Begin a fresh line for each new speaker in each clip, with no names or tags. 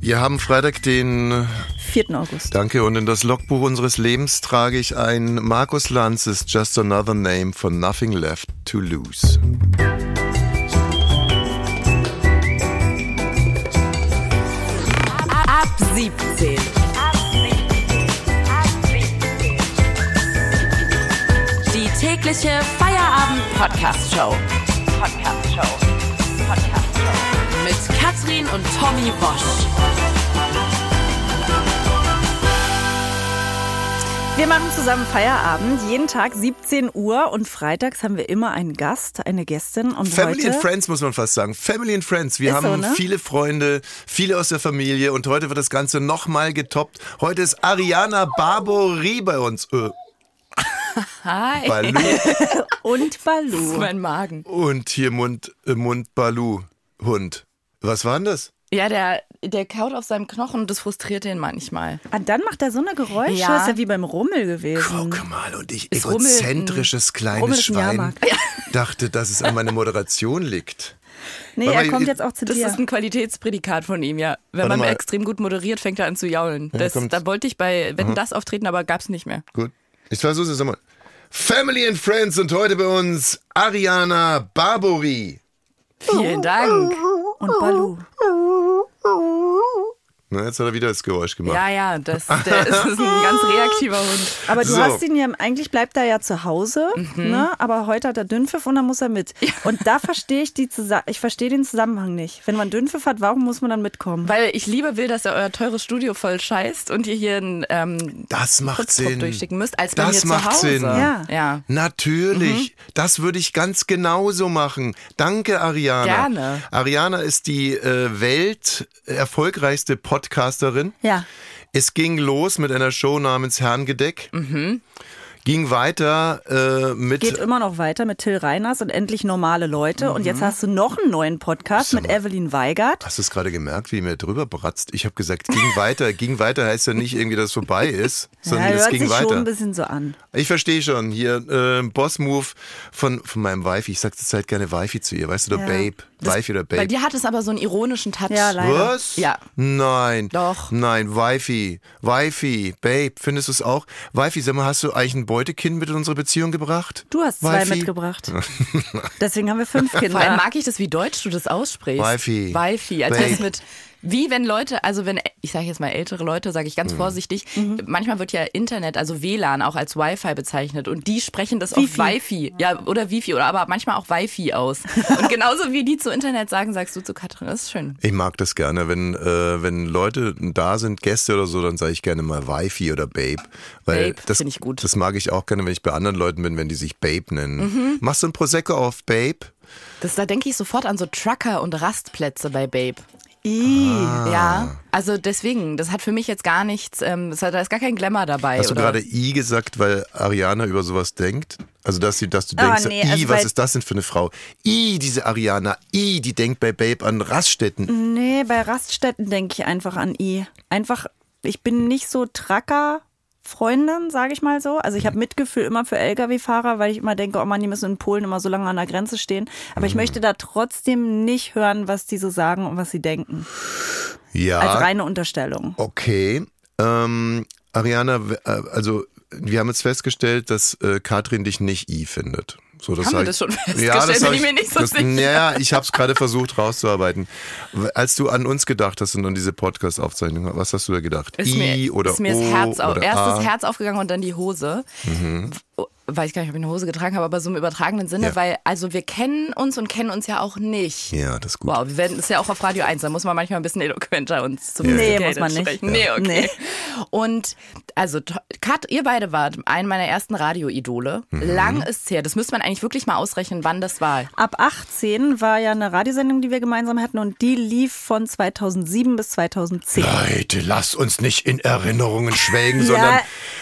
Wir haben Freitag den
4. August.
Danke und in das Logbuch unseres Lebens trage ich ein Markus Lanzes Just Another Name von Nothing Left to Lose.
Ab 17. Die tägliche Feierabend-Podcast-Show. Podcast-Show. Podcast-Show. Mit Katrin und Tommy Bosch.
Wir machen zusammen Feierabend, jeden Tag 17 Uhr und freitags haben wir immer einen Gast, eine Gästin und
Family
heute
and Friends muss man fast sagen. Family and Friends. Wir
Ist so,
haben
ne?
viele Freunde, viele aus der Familie und heute wird das Ganze nochmal getoppt. Heute ist Ariana Barbori bei uns. Äh,
Hi.
Balu
und Balu.
Mein Magen.
und hier Mund, äh, Mund Balu Hund. Was war denn das?
Ja, der, der kaut auf seinem Knochen und das frustriert ihn manchmal.
Ah, dann macht er so eine Geräusche,
Ja.
ist ja wie beim Rummel
Hm.
gewesen.
Guck mal, Oh, und ich,
Ist Rummel hm.
egozentrisches
Rummel
kleines
ist ein
Schwein,
Jahrmarkt.
dachte, dass es an meiner Moderation liegt.
Nee,
Warte
er
mal,
kommt
ich-
jetzt auch zu
Das
dir.
ist ein Qualitätsprädikat von ihm, ja. Wenn
Warte
man
mal.
extrem gut moderiert, fängt er an zu jaulen. Das,
kommt's.
da wollte ich bei
Mhm.
Wetten das auftreten, aber gab's nicht mehr.
Gut. Ich versuche es nochmal. Family and Friends und heute bei uns Ariana Barbori.
Vielen Dank.
und Balu.
Na, jetzt hat er wieder das Geräusch gemacht.
Ja, ja, das, der ist ein ganz reaktiver Hund.
Aber du
So.
hast ihn ja, eigentlich bleibt er ja zu Hause,
Mhm.
ne? aber heute hat er Dünnpfiff und dann muss er mit. Und da verstehe ich, die Zusa ich verstehe den Zusammenhang nicht. Wenn man Dünnpfiff hat, warum muss man dann mitkommen?
Weil ich lieber will, dass ihr euer teures Studio voll scheißt und ihr hier einen ähm,
Das macht
Putztrupp
Sinn.
durchschicken müsst, als bei
Das
mir zu
macht
Hause.
Sinn.
Ja.
ja. Mhm.
Natürlich, das würde ich ganz genauso machen. Danke, Ariana.
Gerne.
Ariana ist die äh, welterfolgreichste Podcasterin.
Ja.
Es ging los mit einer Show namens Herrengedeck. Ging weiter äh, mit
Mhm. Geht immer noch weiter mit Till Reiners und endlich normale Leute. Und
Mhm.
jetzt hast du noch einen neuen Podcast mit Evelyn Weigert.
Hast du es gerade gemerkt, wie mir drüber bratzt? Ich habe gesagt, ging weiter. ging weiter heißt ja nicht irgendwie, dass es vorbei ist, sondern
ja,
es
hört
ging
sich schon ein
weiter.
bisschen so an.
Ich verstehe schon. Hier, äh, Boss-Move von, von meinem Wifi. Ich sag zur Zeit gerne Wifi zu ihr, weißt du, oder
Ja.
Babe. Wifi oder
Bei
Babe.
dir hat es aber so einen ironischen Touch.
Ja, leider.
Was?
Ja.
Nein.
Doch.
Nein, Wifi. Wifi. Babe, findest du es auch? Wifi, sag mal, hast du eigentlich ein Beutekind mit in unsere Beziehung gebracht?
Du hast zwei
Wifi?
mitgebracht. Deswegen haben wir fünf
Vor allem
Kinder.
mag ich das, wie deutsch du das aussprichst.
Wifi.
Wifi. Als wär's
Babe.
mit, wie wenn Leute, also wenn, ich sage jetzt mal ältere Leute, sage ich ganz
Mhm.
vorsichtig, manchmal wird ja Internet, also WLAN auch als Wi-Fi bezeichnet und die sprechen das
Wifi.
auf Wifi. Ja, oder Wifi, oder aber manchmal auch Wifi aus. Und genauso wie die zu Internet sagen, sagst du zu Katrin, das ist schön.
Ich mag das gerne, wenn, äh, wenn Leute da sind, Gäste oder so, dann sage ich gerne mal Wifi oder Babe. Weil
Babe,
das
find ich gut.
Das mag ich auch gerne, wenn ich bei anderen Leuten bin, wenn die sich Babe nennen.
Mhm.
Machst du ein Prosecco auf, Babe?
Das, da denke ich sofort an so Trucker und Rastplätze bei Babe.
Ih.
Ja, also deswegen, das hat für mich jetzt gar nichts, ähm, es hat, da ist gar kein Glamour dabei.
Hast du
oder?
gerade I gesagt, weil Ariana über sowas denkt? Also, dass, sie, dass du
Ah,
denkst,
nee,
I,
also
was
weil-
ist das denn für eine Frau? I, diese Ariana, I, die denkt bei Babe an Raststätten.
Mhm.
Nee, bei Raststätten denke ich einfach an I. Einfach, ich bin nicht so Tracker-Freundin, sage ich mal so. Also ich habe Mitgefühl immer für Lkw-Fahrer, weil ich immer denke, oh Mann, die müssen in Polen immer so lange an der Grenze stehen. Aber ich möchte da trotzdem nicht hören, was die so sagen und was sie denken.
Ja.
Also
Als reine Unterstellung.
Okay. Ähm, Ariana, w- äh, also wir haben jetzt festgestellt, dass äh, Katrin dich nicht I findet. So, das
Haben wir
hab ich-
das schon
Ja, das
festgestellt?
hab
Bin ich mir nicht so
das,
sicher.
Naja, ich habe es gerade versucht rauszuarbeiten. W- Als du an uns gedacht hast und an diese Podcast-Aufzeichnung, was hast du da gedacht?
Ist
I
mir,
oder
ist mir
O
das Herz auf,
oder
erst
A? Mhm.
das Herz aufgegangen und dann die Hose. W- Weiß gar nicht, ob ich eine Hose getragen habe, aber so im übertragenen Sinne,
Ja.
weil also wir kennen uns und kennen uns ja auch nicht.
Ja, das ist gut.
Wow, wir werden ist ja auch auf Radio 1, da muss man manchmal ein bisschen eloquenter uns zum
Nee,
Geld
muss man nicht.
sprechen. Nee, okay. Und also to- Kat, ihr beide wart einen meiner ersten Radio-Idole.
Mhm.
Lang ist's her. Das müsste man eigentlich wirklich mal ausrechnen, wann das war.
Ab 18 war ja eine Radiosendung, die wir gemeinsam hatten und die lief von 2007 bis 2010.
Leute, lasst uns nicht in Erinnerungen schwelgen, sondern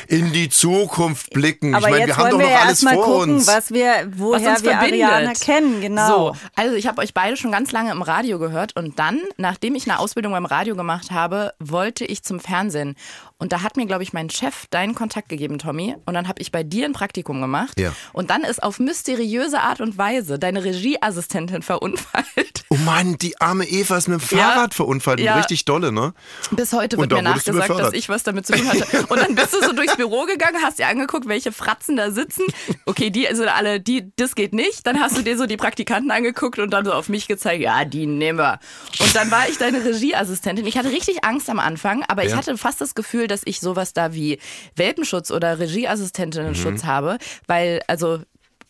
in die Zukunft blicken.
Aber
ich meine, wir
jetzt
haben doch
wollen wir
noch
ja
alles
erstmal
vor
gucken,
uns.
was wir,
was
woher
uns
wir
verbindet.
Ariana kennen, genau.
So, also ich habe euch beide schon ganz lange im Radio gehört und dann, nachdem ich eine Ausbildung beim Radio gemacht habe, wollte ich zum Fernsehen. Und da hat mir, glaube ich, mein Chef deinen Kontakt gegeben, Tommy. Und dann habe ich bei dir ein Praktikum gemacht.
Ja.
Und dann ist auf mysteriöse Art und Weise deine Regieassistentin verunfallt.
Oh Mann, die arme Eva ist mit dem Fahrrad verunfallt.
Ja.
Richtig dolle, ne?
Bis heute
Und
wird
da
mir
wurdest du
nachgesagt, dass
befördert.
ich was damit zu tun hatte. Und dann bist du so durchs Büro gegangen, hast dir angeguckt, welche Fratzen da sitzen. Okay, die sind alle, die, das geht nicht. Dann hast du dir so die Praktikanten angeguckt und dann so auf mich gezeigt, ja, die nehmen wir. Und dann war ich deine Regieassistentin. Ich hatte richtig Angst am Anfang, aber ich
Ja.
hatte fast das Gefühl, dass ich sowas da wie Welpenschutz oder Regieassistentinnenschutz
Mhm.
habe, weil, also,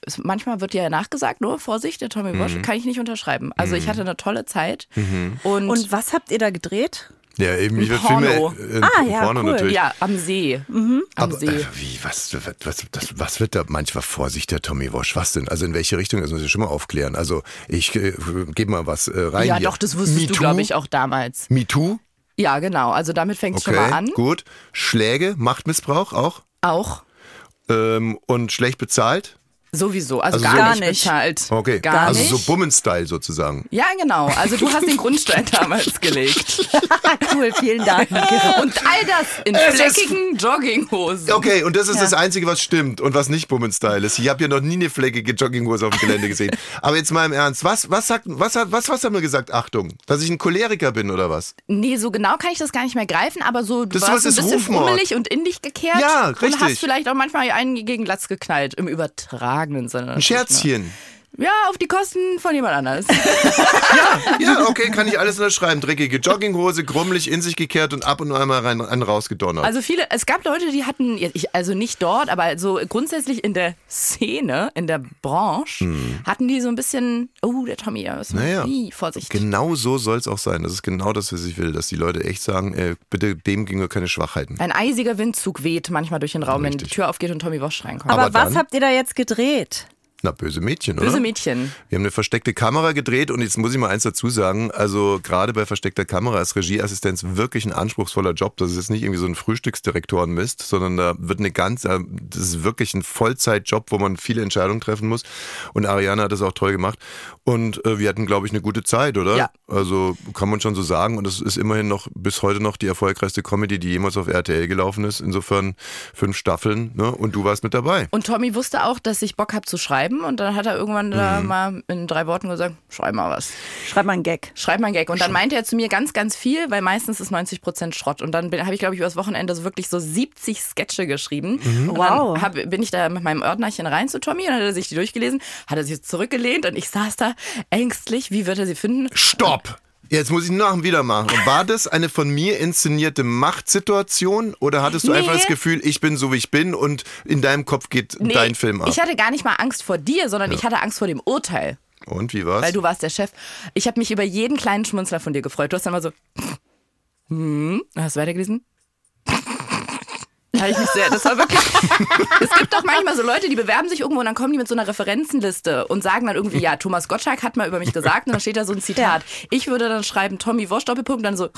es- Manchmal wird ja nachgesagt, nur Vorsicht, der Tommy
Mhm.
Walsh, kann ich nicht unterschreiben. Also ich hatte eine tolle Zeit
Und was habt ihr da gedreht?
Ja, eben. Ein
Porno.
Viel mehr, äh,
Ah, ja,
Porno
cool.
natürlich.
Ja, am See. Am
Aber,
See.
äh, wie, was, was, das, was wird da manchmal Vorsicht, der Tommy Walsh? Was denn? Also in welche Richtung? Das muss ich schon mal aufklären. Also ich äh, gebe mal was äh, rein.
Ja,
hier.
doch, das wusstest
Me
du,
Too?
glaube ich, auch damals.
Me Too?
Ja, genau. Also damit fängt es
Okay,
schon mal an.
gut. Schläge, Machtmissbrauch auch.
Auch
Ähm, und schlecht bezahlt?
sowieso. Also,
Also
gar,
gar
nicht
nicht.
bezahlt.
Okay.
Gar
also
nicht.
so Bummen-Style sozusagen.
ja, genau. Also du hast den Grundstein damals gelegt.
Ah, cool, vielen Dank.
Und all das in
Es ist-
fleckigen Jogginghosen.
Okay, und das ist das Einzige, was stimmt und was nicht Bummen-Style ist. Ich habe ja noch nie eine fleckige Jogginghose auf dem Gelände gesehen. Aber jetzt mal im Ernst, was, was, sagt, was, hat, was, was haben wir gesagt? Achtung, dass ich ein Choleriker bin oder was?
Nee, so genau kann ich das gar nicht mehr greifen, aber so du
Das
warst
ist
ein bisschen
Rufmord.
fummelig und in dich gekehrt.
Ja,
Und hast
richtig.
vielleicht auch manchmal einen gegen Latz geknallt, im übertragenen Sinne. ne?
Ein Scherzchen.
Ja, auf die Kosten von jemand anders.
Ja, okay, kann ich alles unterschreiben. Dreckige Jogginghose, grummelig in sich gekehrt und ab und einmal rein, rein rausgedonnert.
Also viele, es gab Leute, die hatten, ich- also nicht dort, aber so grundsätzlich in der Szene, in der Branche, hatten die so ein bisschen, oh, der Tommy, ja, ist
Naja.
wie, Vorsicht.
genau so soll es auch sein. Das ist genau das, was ich will, dass die Leute echt sagen, äh, bitte dem gegenüber keine Schwachheiten.
Ein eisiger Windzug weht manchmal durch den Raum, wenn die
Richtig.
Tür aufgeht und Tommy Walsh reinkommt.
Aber,
Aber
was
dann?
habt ihr da jetzt gedreht?
Na, böse Mädchen, oder?
Böse Mädchen.
Wir haben eine versteckte Kamera gedreht und jetzt muss ich mal eins dazu sagen. Also gerade bei versteckter Kamera ist Regieassistenz wirklich ein anspruchsvoller Job. Das ist jetzt nicht irgendwie so ein Frühstücksdirektorenmist, sondern da wird eine ganz, äh, das ist wirklich ein Vollzeitjob, wo man viele Entscheidungen treffen muss. Und Ariana hat das auch toll gemacht. Und äh, wir hatten, glaube ich, eine gute Zeit, oder?
Ja.
Also kann man schon so sagen. Und es ist immerhin noch bis heute noch die erfolgreichste Comedy, die jemals auf RTL gelaufen ist. Insofern fünf Staffeln. Ne? Und du warst mit dabei.
Und Tommy wusste auch, dass ich Bock habe zu schreiben und dann hat er irgendwann da mal in drei Worten gesagt, schreib mal was.
Schreib mal einen Gag.
Schreib mal einen Gag. Und dann meinte er zu mir ganz, ganz viel, weil meistens ist 90 Prozent Schrott. Und dann bin- habe ich, glaube ich, übers Wochenende so wirklich so 70 Sketche geschrieben.
Mhm.
Und dann
Wow.
hab, bin ich da mit meinem Ordnerchen rein zu Tommy und dann hat er sich die durchgelesen, hat er sich zurückgelehnt und ich saß da ängstlich, wie wird er sie finden?
Stopp! Jetzt muss ich nach und wieder machen. Und war das eine von mir inszenierte Machtsituation oder hattest du
Nee.
einfach das Gefühl, ich bin so wie ich bin und in deinem Kopf geht
Nee,
dein Film ab?
Ich hatte gar nicht mal Angst vor dir, sondern ich hatte Angst vor dem Urteil,
und wie war's?
weil du warst der Chef. Ich habe mich über jeden kleinen Schmunzler von dir gefreut. Du hast dann mal so, hm, hast du weitergelesen? Da hab ich mich sehr, das war wirklich. es gibt doch manchmal so Leute, die bewerben sich irgendwo und dann kommen die mit so einer Referenzenliste und sagen dann irgendwie, ja, Thomas Gottschalk hat mal über mich gesagt und dann steht da so ein Zitat. Ich würde dann schreiben, Tommy Wosch, Doppelpunkt, dann so,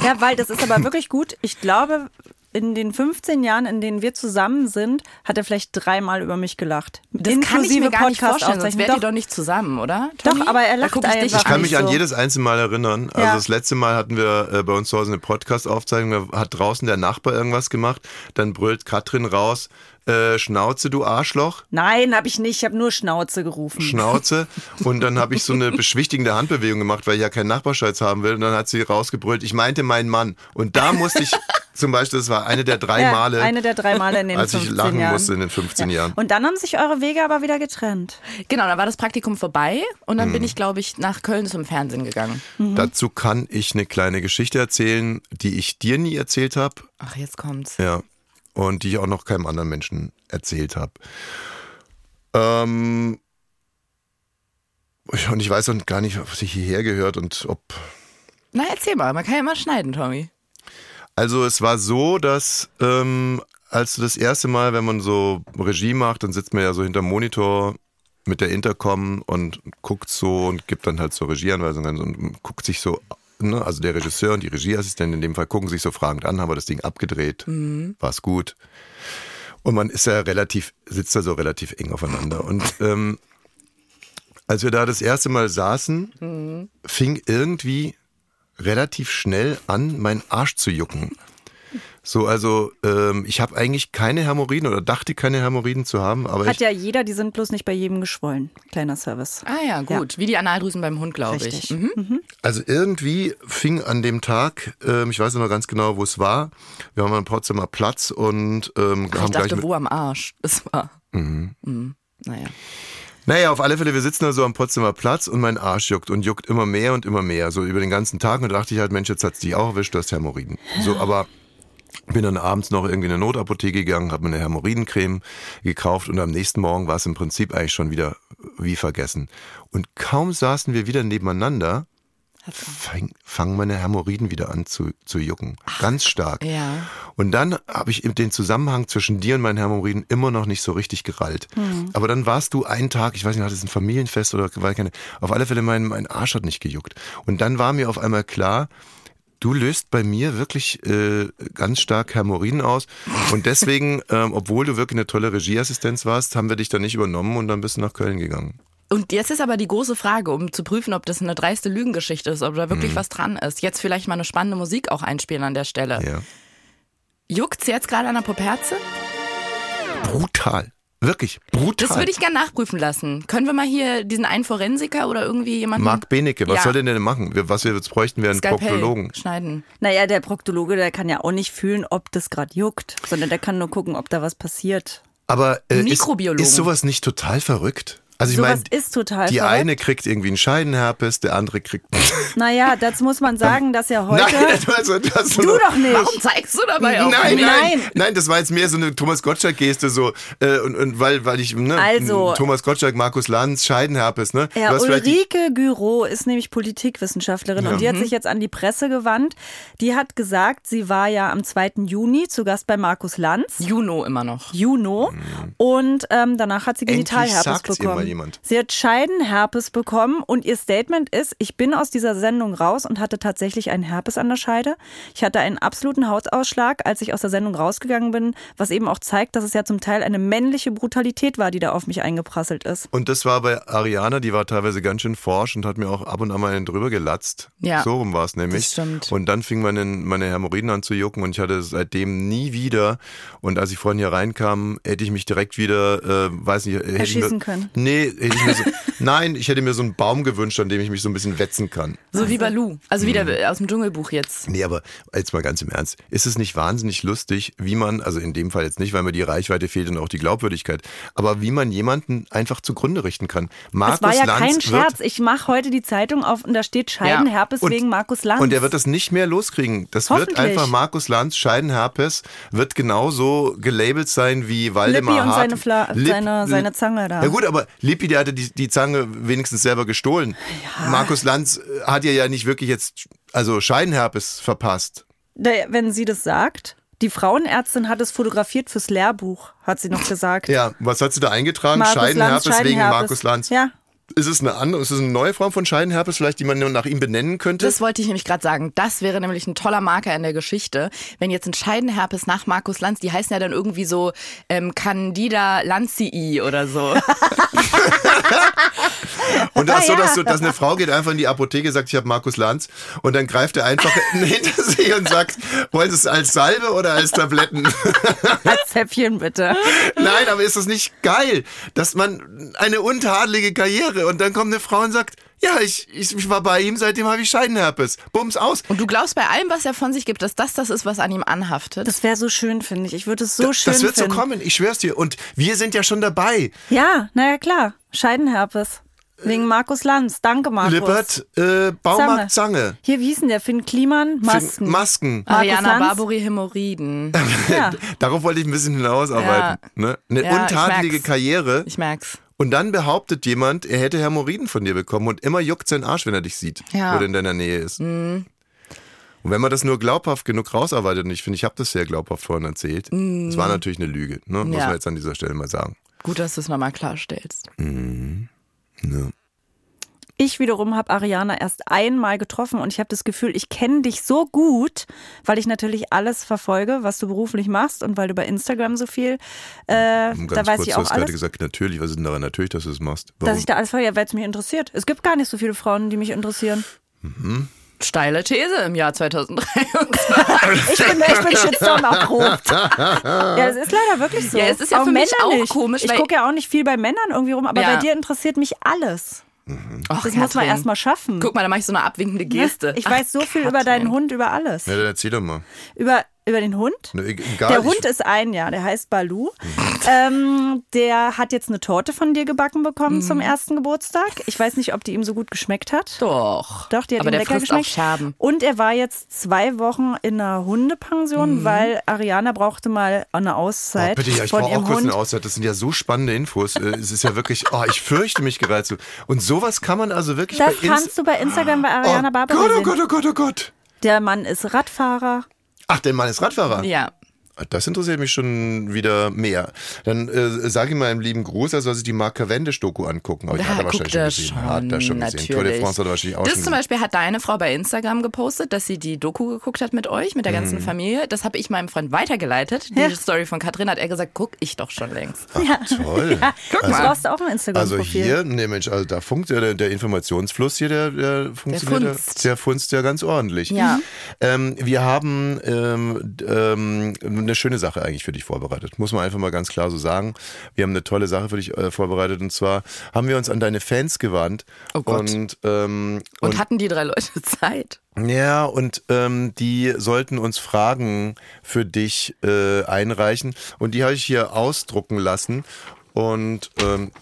Ja, weil das ist aber wirklich gut. Ich glaube, in den 15 Jahren, in denen wir zusammen sind, hat er vielleicht dreimal über mich gelacht.
das kann ich mir gar nicht vorstellen, sonst wärt ihr
Doch,
doch nicht zusammen, oder?
Doch,
Tommy?
aber er
Da
lacht
guck ich dich
einfach.
ich kann
nicht
mich an
so.
jedes einzelne Mal erinnern.
Ja.
Also das letzte Mal hatten wir äh, bei uns zu Hause eine Podcast-Aufzeichnung, da hat draußen der Nachbar irgendwas gemacht, dann brüllt Katrin raus, äh, Schnauze, du Arschloch.
Nein, habe ich nicht. Ich habe nur Schnauze gerufen.
Schnauze und dann habe ich so eine beschwichtigende Handbewegung gemacht, weil ich ja keinen Nachbarscheiß haben will und dann hat sie rausgebrüllt, ich meinte meinen Mann und da musste ich zum Beispiel, das war eine der drei
Ja,
Male,
Eine der drei Male in den
als ich
15
lachen
Jahren.
musste in den 15 Jahren.
Und dann haben sich eure Wege aber wieder getrennt.
Genau, dann war das Praktikum vorbei und
Hm.
dann bin ich, glaube ich, nach Köln zum Fernsehen gegangen.
Mhm.
Dazu kann ich eine kleine Geschichte erzählen, die ich dir nie erzählt habe
Ach, jetzt kommt's.
ja. und die ich auch noch keinem anderen Menschen erzählt habe. Ähm, und ich weiß auch gar nicht, ob sie hierher gehört und ob
Na, erzähl mal, man kann ja mal schneiden, Tommy.
Also es war so, dass ähm, als du das erste Mal, wenn man so Regie macht, dann sitzt man ja so hinterm Monitor mit der Intercom und guckt so und gibt dann halt so Regieanweisungen und guckt sich so, ne? also der Regisseur und die Regieassistentin in dem Fall gucken sich so fragend an, haben wir das Ding abgedreht, war's gut. Und man ist ja relativ, sitzt da so relativ eng aufeinander. Und ähm, als wir da das erste Mal saßen, fing irgendwie relativ schnell an, mein Arsch zu jucken. So, also ähm, ich habe eigentlich keine Hämorrhoiden oder dachte keine Hämorrhoiden zu haben, aber
Hat
ich,
ja jeder, die sind bloß nicht bei jedem geschwollen. Kleiner Service.
Ah ja, gut. Wie die Analdrüsen beim Hund, glaube ich.
Richtig.
Mhm.
also irgendwie fing an dem Tag, ähm, ich weiß noch ganz genau, wo es war. Wir waren am Potsdamer Platz und ähm,
Ach,
haben
ich
gleich
dachte,
mit,
wo am Arsch das war. Mhm. Naja.
Naja, auf alle Fälle, wir sitzen da so am Potsdamer Platz und mein Arsch juckt und juckt immer mehr und immer mehr. So über den ganzen Tag und da dachte ich halt, Mensch, jetzt hat's dich auch erwischt, du hast Hämorrhoiden. So, aber bin dann abends noch irgendwie in eine Notapotheke gegangen, habe mir eine Hämorrhoidencreme gekauft und am nächsten Morgen war es im Prinzip eigentlich schon wieder wie vergessen. Und kaum saßen wir wieder nebeneinander, fang, fangen meine Hämorrhoiden wieder an zu, zu jucken. Ganz stark.
Ja.
Und dann habe ich den Zusammenhang zwischen dir und meinen Hämorrhoiden immer noch nicht so richtig gerallt.
Hm.
Aber dann warst du einen Tag, ich weiß nicht, hattest du ein Familienfest oder war keine, auf alle Fälle mein, mein Arsch hat nicht gejuckt. Und dann war mir auf einmal klar, du löst bei mir wirklich äh, ganz stark Hämorrhoiden aus. Und deswegen, ähm, obwohl du wirklich eine tolle Regieassistenz warst, haben wir dich dann nicht übernommen und dann bist du nach Köln gegangen.
Und jetzt ist aber die große Frage, um zu prüfen, ob das eine dreiste Lügengeschichte ist, ob da
Mhm.
wirklich was dran ist. Jetzt vielleicht mal eine spannende Musik auch einspielen an der Stelle.
Ja.
Juckt's jetzt gerade an der Poperze?
Brutal. Wirklich brutal.
Das würde ich gerne nachprüfen lassen. Können wir mal hier diesen einen Forensiker oder irgendwie jemanden.
Marc Benecke, was
Ja.
soll der denn machen? Wir, was wir jetzt bräuchten, wäre ein
Skalpell
Proktologen.
schneiden.
Naja, der Proktologe, der kann ja auch nicht fühlen, ob das gerade juckt, sondern der kann nur gucken, ob da was passiert.
Aber äh, ist,
Mikrobiologen.
ist sowas nicht total verrückt? Also ich
Sowas
meine,
ist total
die
verrückt.
eine kriegt irgendwie einen Scheidenherpes, der andere kriegt.
Naja, dazu muss man sagen, dass ja heute.
Nein, also, das
du doch nicht!
Warum zeigst du dabei auch?
Nein, nein,
nicht.
nein,
Nein.
das war jetzt mehr so eine Thomas Gottschalk-Geste, so, äh, und, und weil, weil ich, ne,
Also-
Thomas Gottschalk, Markus Lanz, Scheidenherpes, ne?
Ja,
Du hast vielleicht die- Mhm.
Ulrike Gürow ist nämlich Politikwissenschaftlerin und die hat sich jetzt an die Presse gewandt. Die hat gesagt, sie war ja am 2. Juni zu Gast bei Markus Lanz.
Juno immer noch.
Juno. Und ähm, danach hat sie
Mhm. Endlich
Genitalherpes
sagt's ihr mal
bekommen.
jemand.
Sie hat Scheidenherpes bekommen und ihr Statement ist, ich bin aus dieser Sendung raus und hatte tatsächlich einen Herpes an der Scheide. Ich hatte einen absoluten Hautausschlag, als ich aus der Sendung rausgegangen bin, was eben auch zeigt, dass es ja zum Teil eine männliche Brutalität war, die da auf mich eingeprasselt ist.
Und das war bei Ariana, die war teilweise ganz schön forsch und hat mir auch ab und an mal einen drüber gelatzt.
Ja.
So rum war es nämlich.
Das stimmt.
Und dann fing meine, meine Hämorrhoiden an zu jucken und ich hatte es seitdem nie wieder. Und als ich vorhin hier reinkam, hätte ich mich direkt wieder, äh, weiß nicht, hätte ich mir,
Erschießen können.
Nee, hätte ich mir so, nein, ich hätte mir so einen Baum gewünscht, an dem ich mich so ein bisschen wetzen kann.
So wie Balu. Also
Mhm.
wieder aus dem Dschungelbuch jetzt.
Nee, aber jetzt mal ganz im Ernst. Ist es nicht wahnsinnig lustig, wie man, also in dem Fall jetzt nicht, weil mir die Reichweite fehlt und auch die Glaubwürdigkeit, aber wie man jemanden einfach zugrunde richten kann. Markus
Das war ja
Lanz
kein
wird,
Scherz. Ich mache heute die Zeitung auf und da steht Scheidenherpes
Und-
wegen Markus Lanz.
Und er wird das nicht mehr loskriegen. Das wird
Hoffentlich.
einfach Markus Lanz, Scheidenherpes, wird genauso gelabelt sein wie Waldemar
Lippi und
Hart.
seine Fla- seine- seine Zange da.
Ja gut, aber Lippi, der hatte die, die Zange wenigstens selber gestohlen. Markus Lanz äh, hat ihr ja nicht wirklich jetzt, also Scheidenherpes verpasst.
Da, wenn sie das sagt, die Frauenärztin hat es fotografiert fürs Lehrbuch, hat sie noch gesagt.
Ja, was hat sie da eingetragen? Scheidenherpes, wegen Markus Lanz.
Ja.
Ist es eine andere, ist es eine neue Form von Scheidenherpes vielleicht, die man nach ihm benennen könnte?
Das wollte ich nämlich gerade sagen. Das wäre nämlich ein toller Marker in der Geschichte. Wenn jetzt ein Scheidenherpes nach Markus Lanz, die heißen ja dann irgendwie so ähm, Candida Lanzii oder so.
Und ach so,
Ah, ja.
dass, so, dass eine Frau geht einfach in die Apotheke, sagt, ich habe Markus Lanz. Und dann greift er einfach hinter sie und sagt, wollen Sie es als Salbe oder als Tabletten?
Als Zäpfchen bitte.
Nein, aber ist das nicht geil, dass man eine untadelige Karriere und dann kommt eine Frau und sagt, ja, ich, ich, ich war bei ihm, seitdem habe ich Scheidenherpes. Bums aus.
Und du glaubst bei allem, was er von sich gibt, dass das das ist, was an ihm anhaftet.
Das wäre so schön, finde ich. Ich würde es so schön
das wird
finden.
so kommen, ich schwör's dir. Und wir sind ja schon dabei.
Ja, naja, klar. Scheidenherpes. Wegen Markus Lanz. Danke, Markus.
Lippert, äh, Baumarkt Zange.
Hier, wie hieß denn der? Finn Kliman? Masken.
Fin- Masken.
Markus
Ariana
Lanz?
Barbori Hämorrhoiden.
ja.
Darauf wollte ich ein bisschen hinausarbeiten. Ne? Eine
Ja, ich
untadelige
merk's.
Karriere.
Ich merk's.
Und dann behauptet jemand, er hätte Hämorrhoiden von dir bekommen und immer juckt sein Arsch, wenn er dich sieht
Ja.
oder in deiner Nähe ist.
Mhm.
Und wenn man das nur glaubhaft genug rausarbeitet, und ich finde, ich habe das sehr glaubhaft vorhin erzählt,
Mhm.
es war natürlich eine Lüge, ne? muss
Ja.
man jetzt an dieser Stelle mal sagen.
Gut, dass du es nochmal klarstellst.
Ich wiederum habe Ariana erst einmal getroffen und ich habe das Gefühl, ich kenne dich so gut, weil ich natürlich alles verfolge, was du beruflich machst und weil du bei Instagram so viel, äh,
Um
da weiß ich
du
auch
hast gerade
alles,
gesagt, natürlich, was ist denn daran natürlich, dass du es machst?
dass
Warum?
ich da alles verfolge, weil es mich interessiert. Es gibt gar nicht so viele Frauen, die mich interessieren.
Steile These im Jahr 2003.
Ich bin, ich bin Shitstorm erprobt. Ja, es ist leider wirklich so.
Ja, es ist ja für mich auch komisch,
Ich
weil-
gucke ja auch nicht viel bei Männern irgendwie rum, aber
Ja.
bei dir interessiert mich alles.
Och,
Das muss man
Katrin.
erstmal schaffen.
Guck mal, da mache ich so eine abwinkende Geste.
Ne? Ich
Ach,
weiß so viel über deinen Hund, über alles.
Ja, dann erzähl doch mal.
Über, über den Hund?
Ne, e- egal,
Der
ich-
Hund ist ein Jahr, der heißt Balu. ähm, der hat jetzt eine Torte von dir gebacken bekommen
Mhm.
zum ersten Geburtstag. Ich weiß nicht, ob die ihm so gut geschmeckt hat.
Doch.
Doch, die hat
Aber
ihm
der
lecker
frisst
geschmeckt.
auch Scherben.
Und er war jetzt zwei Wochen in einer
Mhm.
Hundepension, weil Ariana brauchte mal eine
Oh,
Auszeit
bitte, ja, ich
halt von
brauche auch
ihrem
kurz
Hund.
eine Auszeit. Das sind ja so spannende Infos. Äh, Es ist ja wirklich, oh, ich fürchte mich geradezu. Und sowas kann man also wirklich
das
bei Insta-
kannst du bei Instagram bei Ariana
oh,
Barbara
Gott, oh
sehen.
Gott, oh Gott, oh Gott.
Der Mann ist Radfahrer.
Ach, der Mann ist Radfahrer.
Ja.
Das interessiert mich schon wieder mehr. Dann äh, sage ich meinem lieben Gruß, er soll sich die Mark Cavendish-Doku angucken. Aber ich
Da
hat er
guckt
wahrscheinlich
er
schon gesehen.
schon,
hat er schon
natürlich.
gesehen. Tour de France hat er wahrscheinlich auch
Das
schon
zum Beispiel hat deine Frau bei Instagram gepostet, dass sie die Doku geguckt hat mit euch, mit der
Mhm.
ganzen Familie. Das habe ich meinem Freund weitergeleitet.
Ja.
Diese Story von Katrin hat er gesagt, guck ich doch schon längst.
Ja.
Toll.
Guck
Also-
mal. Du brauchst auch ein
Also
Instagram-Profil.
hier, nee Mensch, also da funkt ja der, der Informationsfluss hier, der, der funktioniert, der funzt.
funzt.
der funzt ja ganz ordentlich.
Ja.
Ähm, wir haben ähm, d- ähm, eine schöne Sache eigentlich für dich vorbereitet, muss man einfach mal ganz klar so sagen. Wir haben eine tolle Sache für dich äh, vorbereitet und zwar haben wir uns an deine Fans gewandt
Oh Gott.
und ähm,
Und, hatten die drei Leute Zeit?
ja, und ähm, die sollten uns Fragen für dich äh, einreichen. Und die habe ich hier ausdrucken lassen. Und ähm,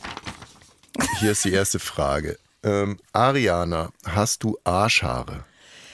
hier ist die erste Frage. Ähm, Ariana, hast du Arschhaare?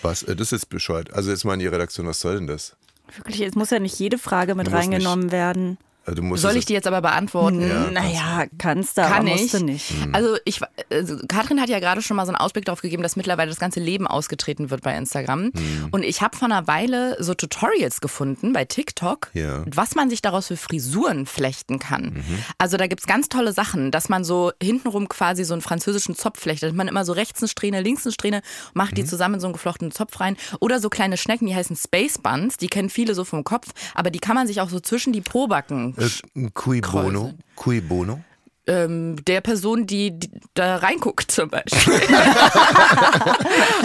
Was? Äh, das ist bescheuert. Also jetzt mal in die Redaktion, was soll denn das?
Wirklich, es muss ja nicht jede Frage mit
Muss
reingenommen
Äh,
werden.
Du musst
Soll
es-
ich die jetzt aber beantworten?
naja, kannst du,
Kann
aber
ich.
musst du nicht.
Also ich, also Katrin hat ja gerade schon mal so einen Ausblick darauf gegeben, dass mittlerweile das ganze Leben ausgetreten wird bei Instagram. Und ich habe vor einer Weile so Tutorials gefunden bei TikTok,
Ja.
was man sich daraus für Frisuren flechten kann. Also da gibt's ganz tolle Sachen, dass man so hintenrum quasi so einen französischen Zopf flechtet. Dass Man immer so rechts eine Strähne, links eine Strähne, macht die zusammen in so einen geflochtenen Zopf rein. Oder so kleine Schnecken, die heißen Space Buns. Die kennen viele so vom Kopf, aber die kann man sich auch so zwischen die Probacken
Äh, cui bono? Cui bono?
ähm, der Person, die, die da reinguckt zum Beispiel.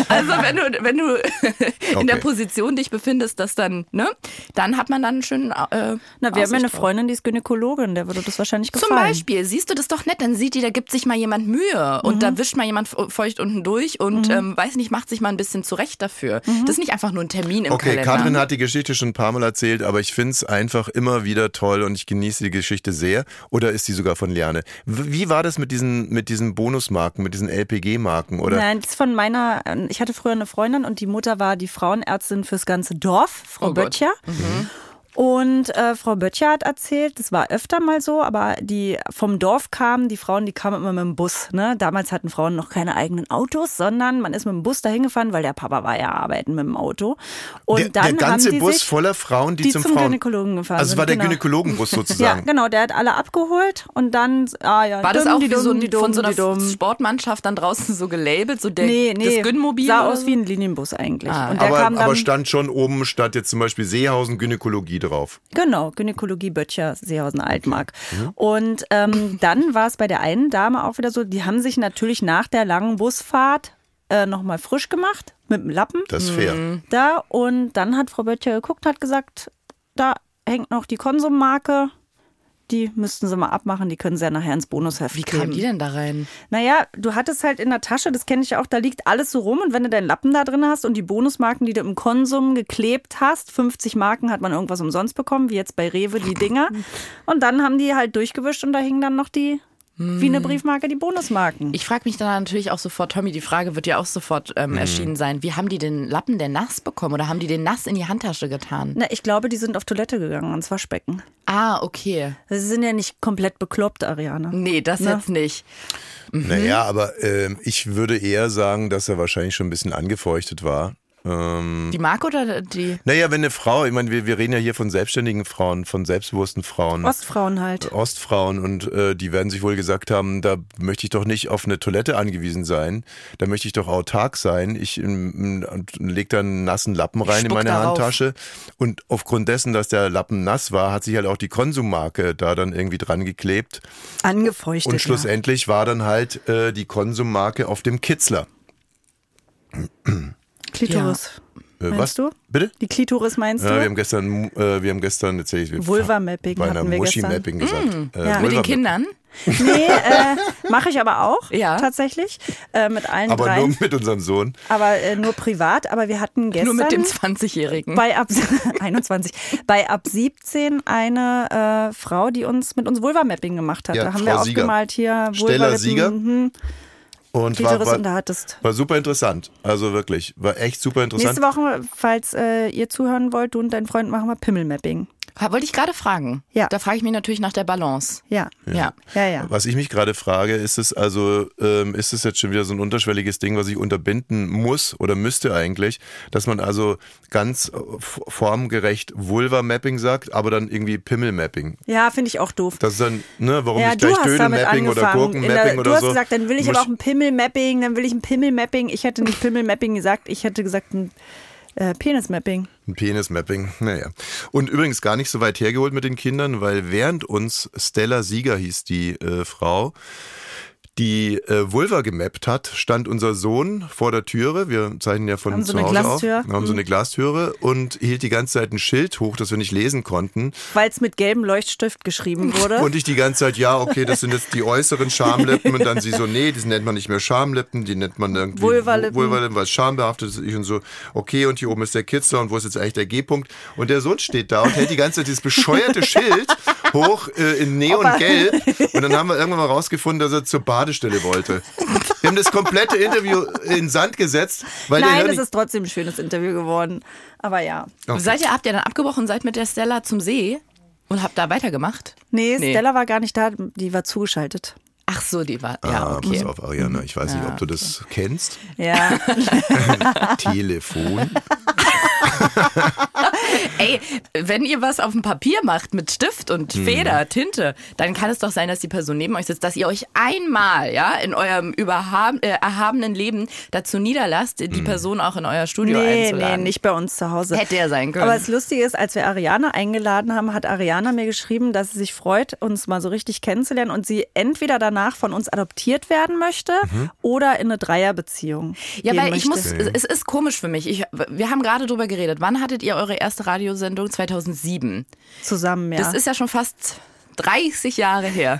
also wenn du, wenn du in
Okay.
der Position dich befindest, dass dann, ne, dann hat man dann einen schönen. Äh,
Na, wir haben ja
Aussicht
eine
drauf.
Freundin, die ist Gynäkologin, der würde das wahrscheinlich gefallen.
Zum Beispiel, siehst du das doch nett, dann sieht die, da gibt sich mal jemand Mühe und
Mhm.
da wischt mal jemand fe- feucht unten durch und ähm, weiß nicht, macht sich mal ein bisschen zurecht dafür.
Mhm.
Das ist nicht einfach nur ein Termin im
Okay,
Kalender.
Katrin hat die Geschichte schon ein paar Mal erzählt, aber ich finde es einfach immer wieder toll und ich genieße die Geschichte sehr. Oder ist die sogar von Liane? W- Wie war das mit diesen, mit diesen Bonusmarken, mit diesen LPG-Marken? Oder?
Nein, das ist von meiner, ähm, ich hatte früher eine Freundin und die Mutter war die Frauenärztin fürs ganze Dorf, Frau
Oh Gott.
Böttcher. Und äh, Frau Böttcher hat erzählt, das war öfter mal so, aber die vom Dorf kamen, die Frauen, die kamen immer mit dem Bus. Ne? Damals hatten Frauen noch keine eigenen Autos, sondern man ist mit dem Bus dahin gefahren, weil der Papa war ja arbeiten mit dem Auto. Und
der,
dann
der ganze
haben die
Bus
sich,
voller Frauen, die,
die
zum,
zum
Frauen.
Gynäkologen gefahren
Also es war
sind,
der
genau.
Gynäkologenbus
Ja,
sozusagen.
genau, der hat alle abgeholt und dann, ah ja,
War das
dumm,
auch
die
wie so
dumm,
ein,
die dumm,
von so einer
die dumm.
Sportmannschaft dann draußen so gelabelt, so der,
Nee, nee,
das Gynmobil?
sah
oder
aus
so? Ah,
wie ein Linienbus eigentlich. und der
aber,
kam dann,
aber stand schon oben, statt jetzt zum Beispiel Seehausen, Gynäkologie drauf.
Genau, Gynäkologie Böttcher, Seehausen, Altmark.
Mhm.
Und ähm, dann war es bei der einen Dame auch wieder so, die haben sich natürlich nach der langen Busfahrt äh, nochmal frisch gemacht mit dem Lappen
Das ist fair.
da. Und dann hat Frau Böttcher geguckt und hat gesagt, da hängt noch die Konsummarke. Die müssten sie mal abmachen, die können sie ja nachher ins Bonusheft
Wie kam
geben.
die denn da rein?
Naja, du hattest halt in der Tasche, das kenne ich ja auch, da liegt alles so rum und wenn du deinen Lappen da drin hast und die Bonusmarken, die du im Konsum geklebt hast, 50 Marken hat man irgendwas umsonst bekommen, wie jetzt bei Rewe die Dinger. Und dann haben die halt durchgewischt und da hingen dann noch die, wie eine Briefmarke, die Bonusmarken.
Hm. Ich frage mich dann natürlich auch sofort, Tommy, die Frage wird ja auch sofort ähm,
Mhm.
erschienen sein. Wie haben die den Lappen denn nass bekommen oder haben die den nass in die Handtasche getan?
Na, ich glaube, die sind auf Toilette gegangen, ans Waschbecken.
Ah, okay.
Sie sind ja nicht komplett bekloppt, Ariane.
Nee, das
Na.
jetzt nicht.
Naja, aber ähm, ich würde eher sagen, dass er wahrscheinlich schon ein bisschen angefeuchtet war. Ähm,
Die Marke oder die?
naja, wenn eine Frau, ich meine, wir, wir reden ja hier von selbstständigen Frauen, von selbstbewussten Frauen.
Ostfrauen halt.
Ostfrauen und äh, die werden sich wohl gesagt haben, da möchte ich doch nicht auf eine Toilette angewiesen sein, da möchte ich doch autark sein. Ich ähm, und leg dann einen nassen Lappen rein in
spuck
meine
darauf.
Handtasche und aufgrund dessen, dass der Lappen nass war, hat sich halt auch die Konsummarke da dann irgendwie dran geklebt
Angefeuchtet.
und
ja.
schlussendlich war dann halt äh, die Konsummarke auf dem Kitzler.
Klitoris.
Äh,
Meinst
was?
du?
Bitte?
Die Klitoris meinst
Ja, wir
du?
haben gestern, äh, wir haben gestern jetzt hätte ich
Vulva-Mapping
bei einer
hatten wir gestern. Mm,
Muschi-Mapping gesagt. Äh,
Ja.
Mit den
Vulva-Mapping.
Kindern?
Nee, äh, mache ich aber auch,
Ja.
tatsächlich. Äh, mit allen
Aber
dreien.
nur mit unserem Sohn.
aber äh, nur privat. Aber wir hatten gestern
Nur mit dem 20-Jährigen.
bei ab 21, bei ab 17 eine äh, Frau, die uns mit uns Vulva-Mapping gemacht hat.
Ja,
da haben
Frau
wir
Sieger.
aufgemalt hier
Stella
Vulva-Lippen,
Sieger.
mhm,
Und war,
Klitoris
war,
unterhattest.
war super interessant. Also wirklich, war echt super interessant.
Nächste Woche, falls äh, ihr zuhören wollt, du und dein Freund machen wir Pimmel-Mapping.
Ha, Wollte ich gerade fragen.
Ja.
Da frage ich mich natürlich nach der Balance.
Ja.
Ja.
Ja, ja.
Was ich mich gerade frage, ist es also, ähm, ist es jetzt schon wieder so ein unterschwelliges Ding, was ich unterbinden muss oder müsste eigentlich, dass man also ganz äh, f- formgerecht Vulva-Mapping sagt, aber dann irgendwie Pimmel-Mapping.
Ja, finde ich auch doof.
Das ist dann, ne, warum
ja,
nicht gleich
du hast damit
Dödel-Mapping oder
angefangen. In der-
Gurken-Mapping
du
oder
hast
so?
gesagt, dann will ich
Muss-
aber auch ein Pimmel-Mapping, dann will ich ein Pimmel-Mapping. Ich hätte nicht Pimmel-Mapping gesagt, ich hätte gesagt ein äh, Penis-Mapping.
Ein Penis-Mapping, naja. Und übrigens gar nicht so weit hergeholt mit den Kindern, weil während uns Stella Sieger hieß die äh, Frau, die äh, Vulva gemappt hat, stand unser Sohn vor der Türe. Wir zeichnen ja von
Haben
zu
so eine
Hause
Glastür. Mhm.
auf. Haben so eine Glastüre und hielt die ganze Zeit ein Schild hoch, das wir nicht lesen konnten.
Weil es mit gelbem Leuchtstift geschrieben wurde.
Und ich die ganze Zeit, ja, okay, das sind jetzt die äußeren Schamlippen. Und dann sie so, nee, die nennt man nicht mehr Schamlippen, die nennt man irgendwie
Vulvalippen.
Vu- Vulvalippen, weil es schambehaftet ist. Ich und so, okay, und hier oben ist der Kitzler und wo ist jetzt eigentlich der G-Punkt? Und der Sohn steht da und hält die ganze Zeit dieses bescheuerte Schild hoch äh, in Neongelb. Und dann haben wir irgendwann mal rausgefunden, dass er zur Badestelle wollte. Wir haben das komplette Interview in Sand gesetzt, weil der
Nein,
hört
es
nicht-
ist trotzdem ein schönes Interview geworden. Aber ja.
Okay.
Seid ihr, habt ihr dann abgebrochen, seid mit der Stella zum See und habt da weitergemacht?
Nee,
Nee.
Stella war gar nicht da, die war zugeschaltet.
Ach so, die war.
Ah,
Ja, okay.
pass auf, Ariana, ich weiß nicht, ob du das kennst.
Ja.
Telefon.
Ey, wenn ihr was auf dem Papier macht mit Stift und Feder, Tinte, dann kann es doch sein, dass die Person neben euch sitzt, dass ihr euch einmal, ja, in eurem überhaben, äh, erhabenen Leben dazu niederlasst, die Person auch in euer Studio
Nee, nee,
einzuladen.
nicht bei uns zu Hause.
Hätte ja sein können.
Aber das Lustige ist, als wir Ariana eingeladen haben, hat Ariana mir geschrieben, dass sie sich freut, uns mal so richtig kennenzulernen und sie entweder danach von uns adoptiert werden möchte oder in eine Dreierbeziehung.
Mhm. Ja,
gehen
weil ich
möchte.
muss, es es ist komisch für mich. Ich, wir haben gerade drüber geredet. Wann hattet ihr eure erste Radiosendung? 2007.
Zusammen, ja.
Das ist ja schon fast 30 Jahre her.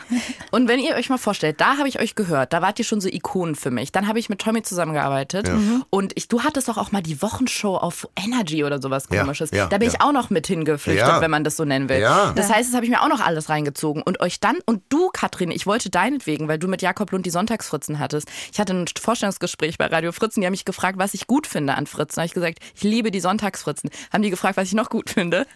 Und wenn ihr euch mal vorstellt, da habe ich euch gehört, da wart ihr schon so Ikonen für mich. Dann habe ich mit Tommy zusammengearbeitet. Und ich, du hattest doch auch mal die Wochenshow auf Energy oder sowas
Ja,
komisches.
ja,
da bin
ja.
ich auch noch mit hingeflüchtet,
Ja.
wenn man das so nennen will.
Ja.
Das heißt, das habe ich mir auch noch alles reingezogen. Und euch dann, und du, Katrin, ich wollte deinetwegen, weil du mit Jakob Lund die Sonntagsfritzen hattest. Ich hatte ein Vorstellungsgespräch bei Radio Fritzen, die haben mich gefragt, was ich gut finde an Fritzen. Da habe ich gesagt, ich liebe die Sonntagsfritzen. Haben die gefragt, was ich noch gut finde.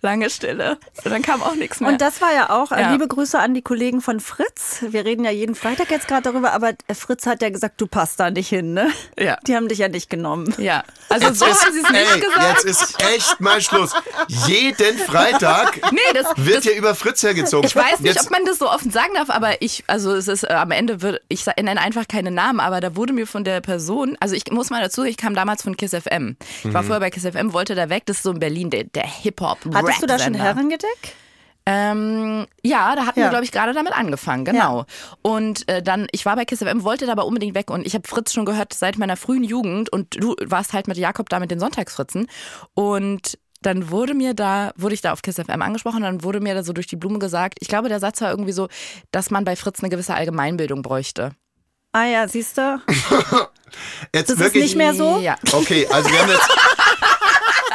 Lange Stille. Und dann kam auch nichts mehr.
Und das war ja auch, äh,
Ja.
liebe Grüße an die Kollegen von Fritz. Wir reden ja jeden Freitag jetzt gerade darüber, aber äh, Fritz hat ja gesagt, du passt da nicht hin, ne?
Ja.
Die haben dich ja nicht genommen.
ja, also so
Jetzt
haben sie es nicht
ey, Jetzt
gesagt.
ist echt mal Schluss. Jeden Freitag
Nee, das,
wird hier über Fritz hergezogen.
ich weiß nicht,
jetzt,
ob man das so offen sagen darf, aber ich, also es ist äh, am Ende wird, ich sa- nenne einfach keine Namen, aber da wurde mir von der Person, also ich muss mal dazu, ich kam damals von Kiss FM. Ich
Mhm.
war vorher bei Kiss FM, wollte da weg, das ist so in Berlin, der, der Hip-Hop.
Hattest du da schon
Herren?
Herrengedeck?
Ähm, ja, da hatten
Ja.
wir, glaube ich, gerade damit angefangen, genau. Und äh, dann, ich war bei Kiss FM, wollte da aber unbedingt weg und ich habe Fritz schon gehört seit meiner frühen Jugend und du warst halt mit Jakob da mit den Sonntagsfritzen und dann wurde mir da, wurde ich da auf Kiss FM angesprochen und dann wurde mir da so durch die Blume gesagt, ich glaube, der Satz war irgendwie so, dass man bei Fritz eine gewisse Allgemeinbildung bräuchte.
Ah ja, siehst du?
jetzt
Das ist
wirklich,
nicht mehr so.
Ja.
Okay, also wir haben jetzt.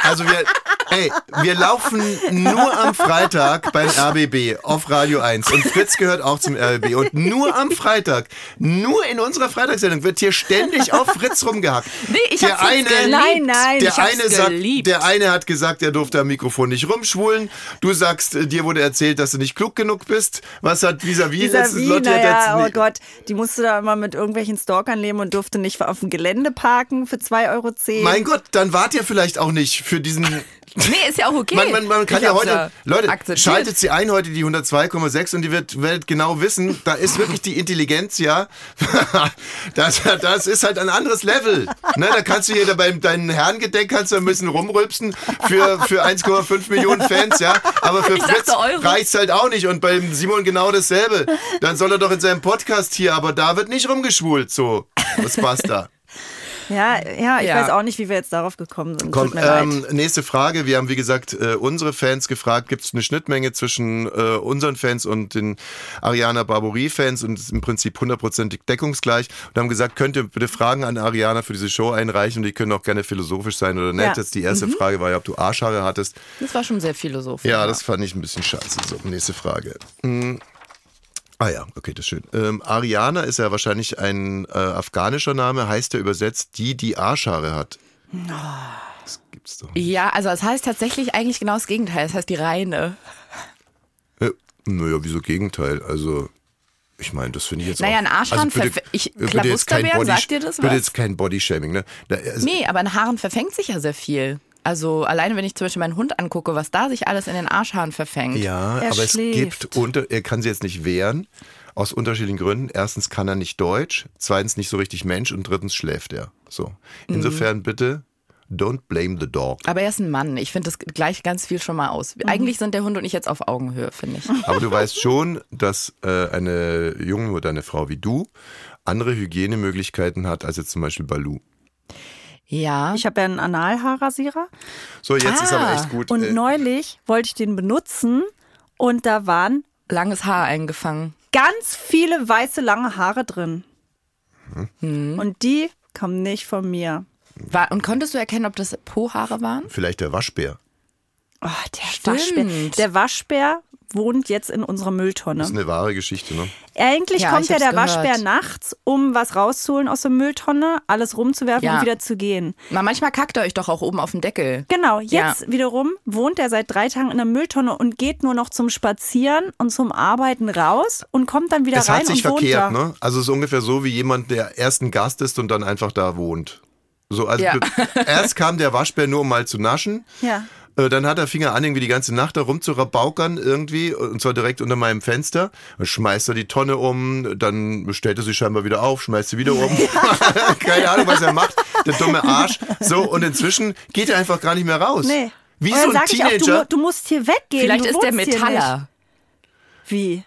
Also wir. Ey, wir laufen nur am Freitag beim RBB auf Radio 1 und Fritz gehört auch zum RBB und nur am Freitag, nur in unserer Freitagssendung wird hier ständig auf Fritz rumgehackt.
Nee, ich
Der
hab's jetzt
eine-
geliebt.
Nein, nein,
der
ich hab's
eine sagt,
geliebt.
der eine hat gesagt, er durfte am Mikrofon nicht rumschwulen. Du sagst, äh, dir wurde erzählt, dass du nicht klug genug bist. Was hat vis-à-vis
Dieser
letztens
Wiener,
Lotti hat
naja, oh
letztens-
Gott, die musste da immer mit irgendwelchen Stalkern leben und durfte nicht auf dem Gelände parken für 2,10 Euro.
Mein Gott, dann wart ihr vielleicht auch nicht für diesen.
Nee, ist ja auch okay.
Man, man, man kann
Ich
ja
hab's
heute. Leute,
akzeptiert.
schaltet sie ein heute, die 102,6 und die wird, Welt genau wissen, da ist wirklich die Intelligenz, ja. das, das ist halt ein anderes Level. Ne, da kannst du hier da beim deinen Herrengedeck kannst du ein bisschen rumrülpsen für, für 1,5 Millionen Fans, ja. Aber für
dachte
Fritz
Euro.
reicht's halt auch nicht. Und beim Simon genau dasselbe. Dann soll er doch in seinem Podcast hier, aber da wird nicht rumgeschwult, so. Das passt da.
Ja, ja, ich
Ja.
weiß auch nicht, wie wir jetzt darauf gekommen sind.
Komm,
Tut mir leid.
ähm, nächste Frage. Wir haben, wie gesagt, äh, unsere Fans gefragt, gibt es eine Schnittmenge zwischen äh, unseren Fans und den Ariana Barbouri-Fans und es ist im Prinzip hundertprozentig deckungsgleich und haben gesagt, könnt ihr bitte Fragen an Ariana für diese Show einreichen und die können auch gerne philosophisch sein oder nett.
Ja. Mhm.
Jetzt die erste Frage war ja, ob du Arschhaare hattest.
Das war schon sehr philosophisch.
Ja, das fand ich ein bisschen scheiße. So, nächste Frage. Hm. Ah ja, okay, das ist schön. Ähm, Ariana ist ja wahrscheinlich ein äh, afghanischer Name, heißt ja übersetzt die, die Arschhaare hat.
Oh.
Das gibt's doch nicht.
Ja, also es heißt tatsächlich eigentlich genau das Gegenteil. Es heißt die Reine.
Äh, naja, wieso Gegenteil? Also, ich meine, das finde ich jetzt
Naja,
auch... Also
ein Arschhahn
bitte-
verfe- ich-
bitte jetzt
Klabusterbeeren,
kein Body-
sagt dir das
Bitte
was?
jetzt kein Bodyshaming, ne? Da, also,
Nee, aber in Haaren verfängt sich ja sehr viel. Also alleine, wenn ich zum Beispiel meinen Hund angucke, was da sich alles in den Arschhaaren verfängt.
Ja,
Er
aber es
schläft.
gibt... Unter, er kann sie jetzt nicht wehren, aus unterschiedlichen Gründen. Erstens kann er nicht Deutsch, zweitens nicht so richtig Mensch und drittens schläft er. So.
Mhm.
Insofern bitte, don't blame the dog.
Aber er ist ein Mann. Ich finde, das gleicht ganz viel schon mal aus.
Mhm.
Eigentlich sind der Hund und ich jetzt auf Augenhöhe, finde ich.
Aber du weißt schon, dass äh, eine junge oder eine Frau wie du andere Hygienemöglichkeiten hat, als jetzt zum Beispiel Balu.
Ja.
Ich habe ja einen Analhaarrasierer.
So, jetzt ist aber
Ah,
echt gut.
Und
äh,
neulich wollte ich den benutzen und da waren
langes Haar eingefangen.
ganz viele weiße lange Haare drin. Und die kommen nicht von mir.
War, und konntest du erkennen, ob das Po-Haare waren?
vielleicht der Waschbär.
Oh, der
Stimmt.
Waschbär. Der Waschbär wohnt jetzt in unserer
Das
Mülltonne.
ist eine wahre Geschichte, ne?
Eigentlich
Ja,
kommt
ich
ja der
hab's gehört.
Waschbär nachts, um was rauszuholen aus der Mülltonne, alles rumzuwerfen
Ja.
und wieder zu gehen.
Na, manchmal kackt er euch doch auch oben auf den Deckel.
Genau,
Ja.
jetzt wiederum wohnt er seit drei Tagen in der Mülltonne und geht nur noch zum Spazieren und zum Arbeiten raus und kommt dann wieder
es
rein
hat sich
und wohnt
verkehrt,
da.
ne? Also es ist ungefähr so wie jemand, der erst ein Gast ist und dann einfach da wohnt. So, also
Ja.
erst kam der Waschbär nur, um mal zu naschen.
Ja.
Äh, Dann hat er Finger an, irgendwie die ganze Nacht da rumzurabaukern irgendwie, und zwar direkt unter meinem Fenster. Dann schmeißt er die Tonne um, dann stellt er sie scheinbar wieder auf, schmeißt sie wieder um. Keine Ahnung, was er macht. Der dumme Arsch. So, und inzwischen geht er einfach gar nicht mehr raus.
Nee.
Wie
und dann
so ein
sag ich auch, du, mu-
Teenager.
du musst hier weggehen.
Vielleicht
du
ist der
wohnst hier
Metaller.
nicht. Wie?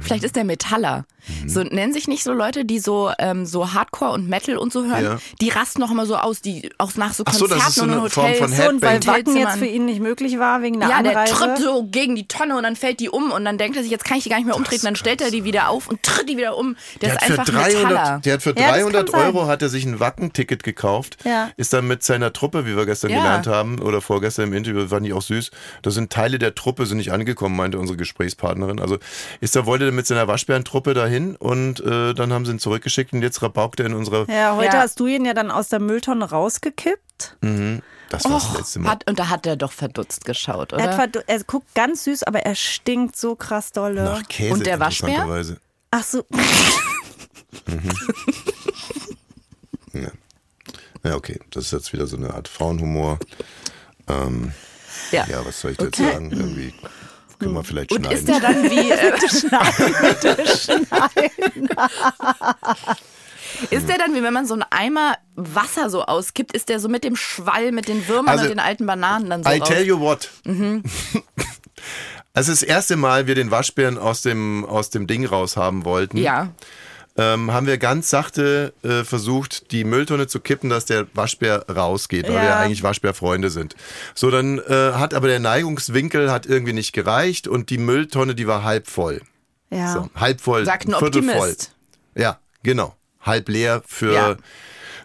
Vielleicht ist der Metaller.
Mhm.
So nennen sich nicht so Leute, die so, ähm, so Hardcore und Metal und so hören.
Ja.
Die rasten noch immer so aus, die auch nach so
Ach so,
Konzerten
das ist so
und in
eine Form
Hotels.
von
So, und weil
Headbang.
Wacken jetzt
Hotelzimmern.
für ihn nicht möglich war wegen einer
ja, der
Anreise.
tritt so gegen die Tonne und dann fällt die um und dann denkt er sich, jetzt kann ich die gar nicht mehr umtreten, dann stellt er die wieder auf und tritt die wieder um. Der, ist
hat für
einfach Metaller.
300, der hat für
Ja, das
300
kann sein.
Euro hat er sich ein Wackenticket gekauft,
Ja.
ist dann mit seiner Truppe, wie wir gestern
Ja.
gelernt haben oder vorgestern im Interview, fand ich auch süß, da sind Teile der Truppe sind nicht angekommen, meinte unsere Gesprächspartnerin. Also ist da wollte er mit seiner Waschbärentruppe dahin und äh, dann haben sie ihn zurückgeschickt und jetzt rabaukt er in unserer.
Ja, heute
Ja.
hast du ihn ja dann aus der Mülltonne rausgekippt.
Das war das letzte Mal.
Hat, und da hat er doch verdutzt geschaut,
Er, hat
oder?
verdu- er guckt ganz süß, aber er stinkt so krass dolle.
Nach Käse
äh, Und der Waschbär?
interessanterweise.
Ach so.
Ja, okay, das ist jetzt wieder so eine Art Frauenhumor. Ähm,
Ja.
ja, was soll ich jetzt sagen? Irgendwie können wir vielleicht
Und
schneiden.
ist er dann wie äh, ist der dann wie wenn man so einen Eimer Wasser so auskippt, ist der so mit dem Schwall mit den Würmern
Also,
und den alten Bananen dann so Mhm.
I
raus?
tell you what. Als das erste Mal wir den Waschbären aus dem, aus dem Ding raus haben wollten,
Ja.
ähm, haben wir ganz sachte äh, versucht, die Mülltonne zu kippen, dass der Waschbär rausgeht, weil
Ja.
wir ja eigentlich Waschbärfreunde sind. So, dann äh, hat aber der Neigungswinkel hat irgendwie nicht gereicht und die Mülltonne, die war halb voll.
Ja.
So, halb voll,
Sagt ein
viertel
Optimist.
voll. Ja, genau. Halb leer für
Ja.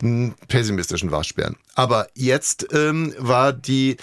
einen pessimistischen Waschbären. Aber jetzt ähm, war die,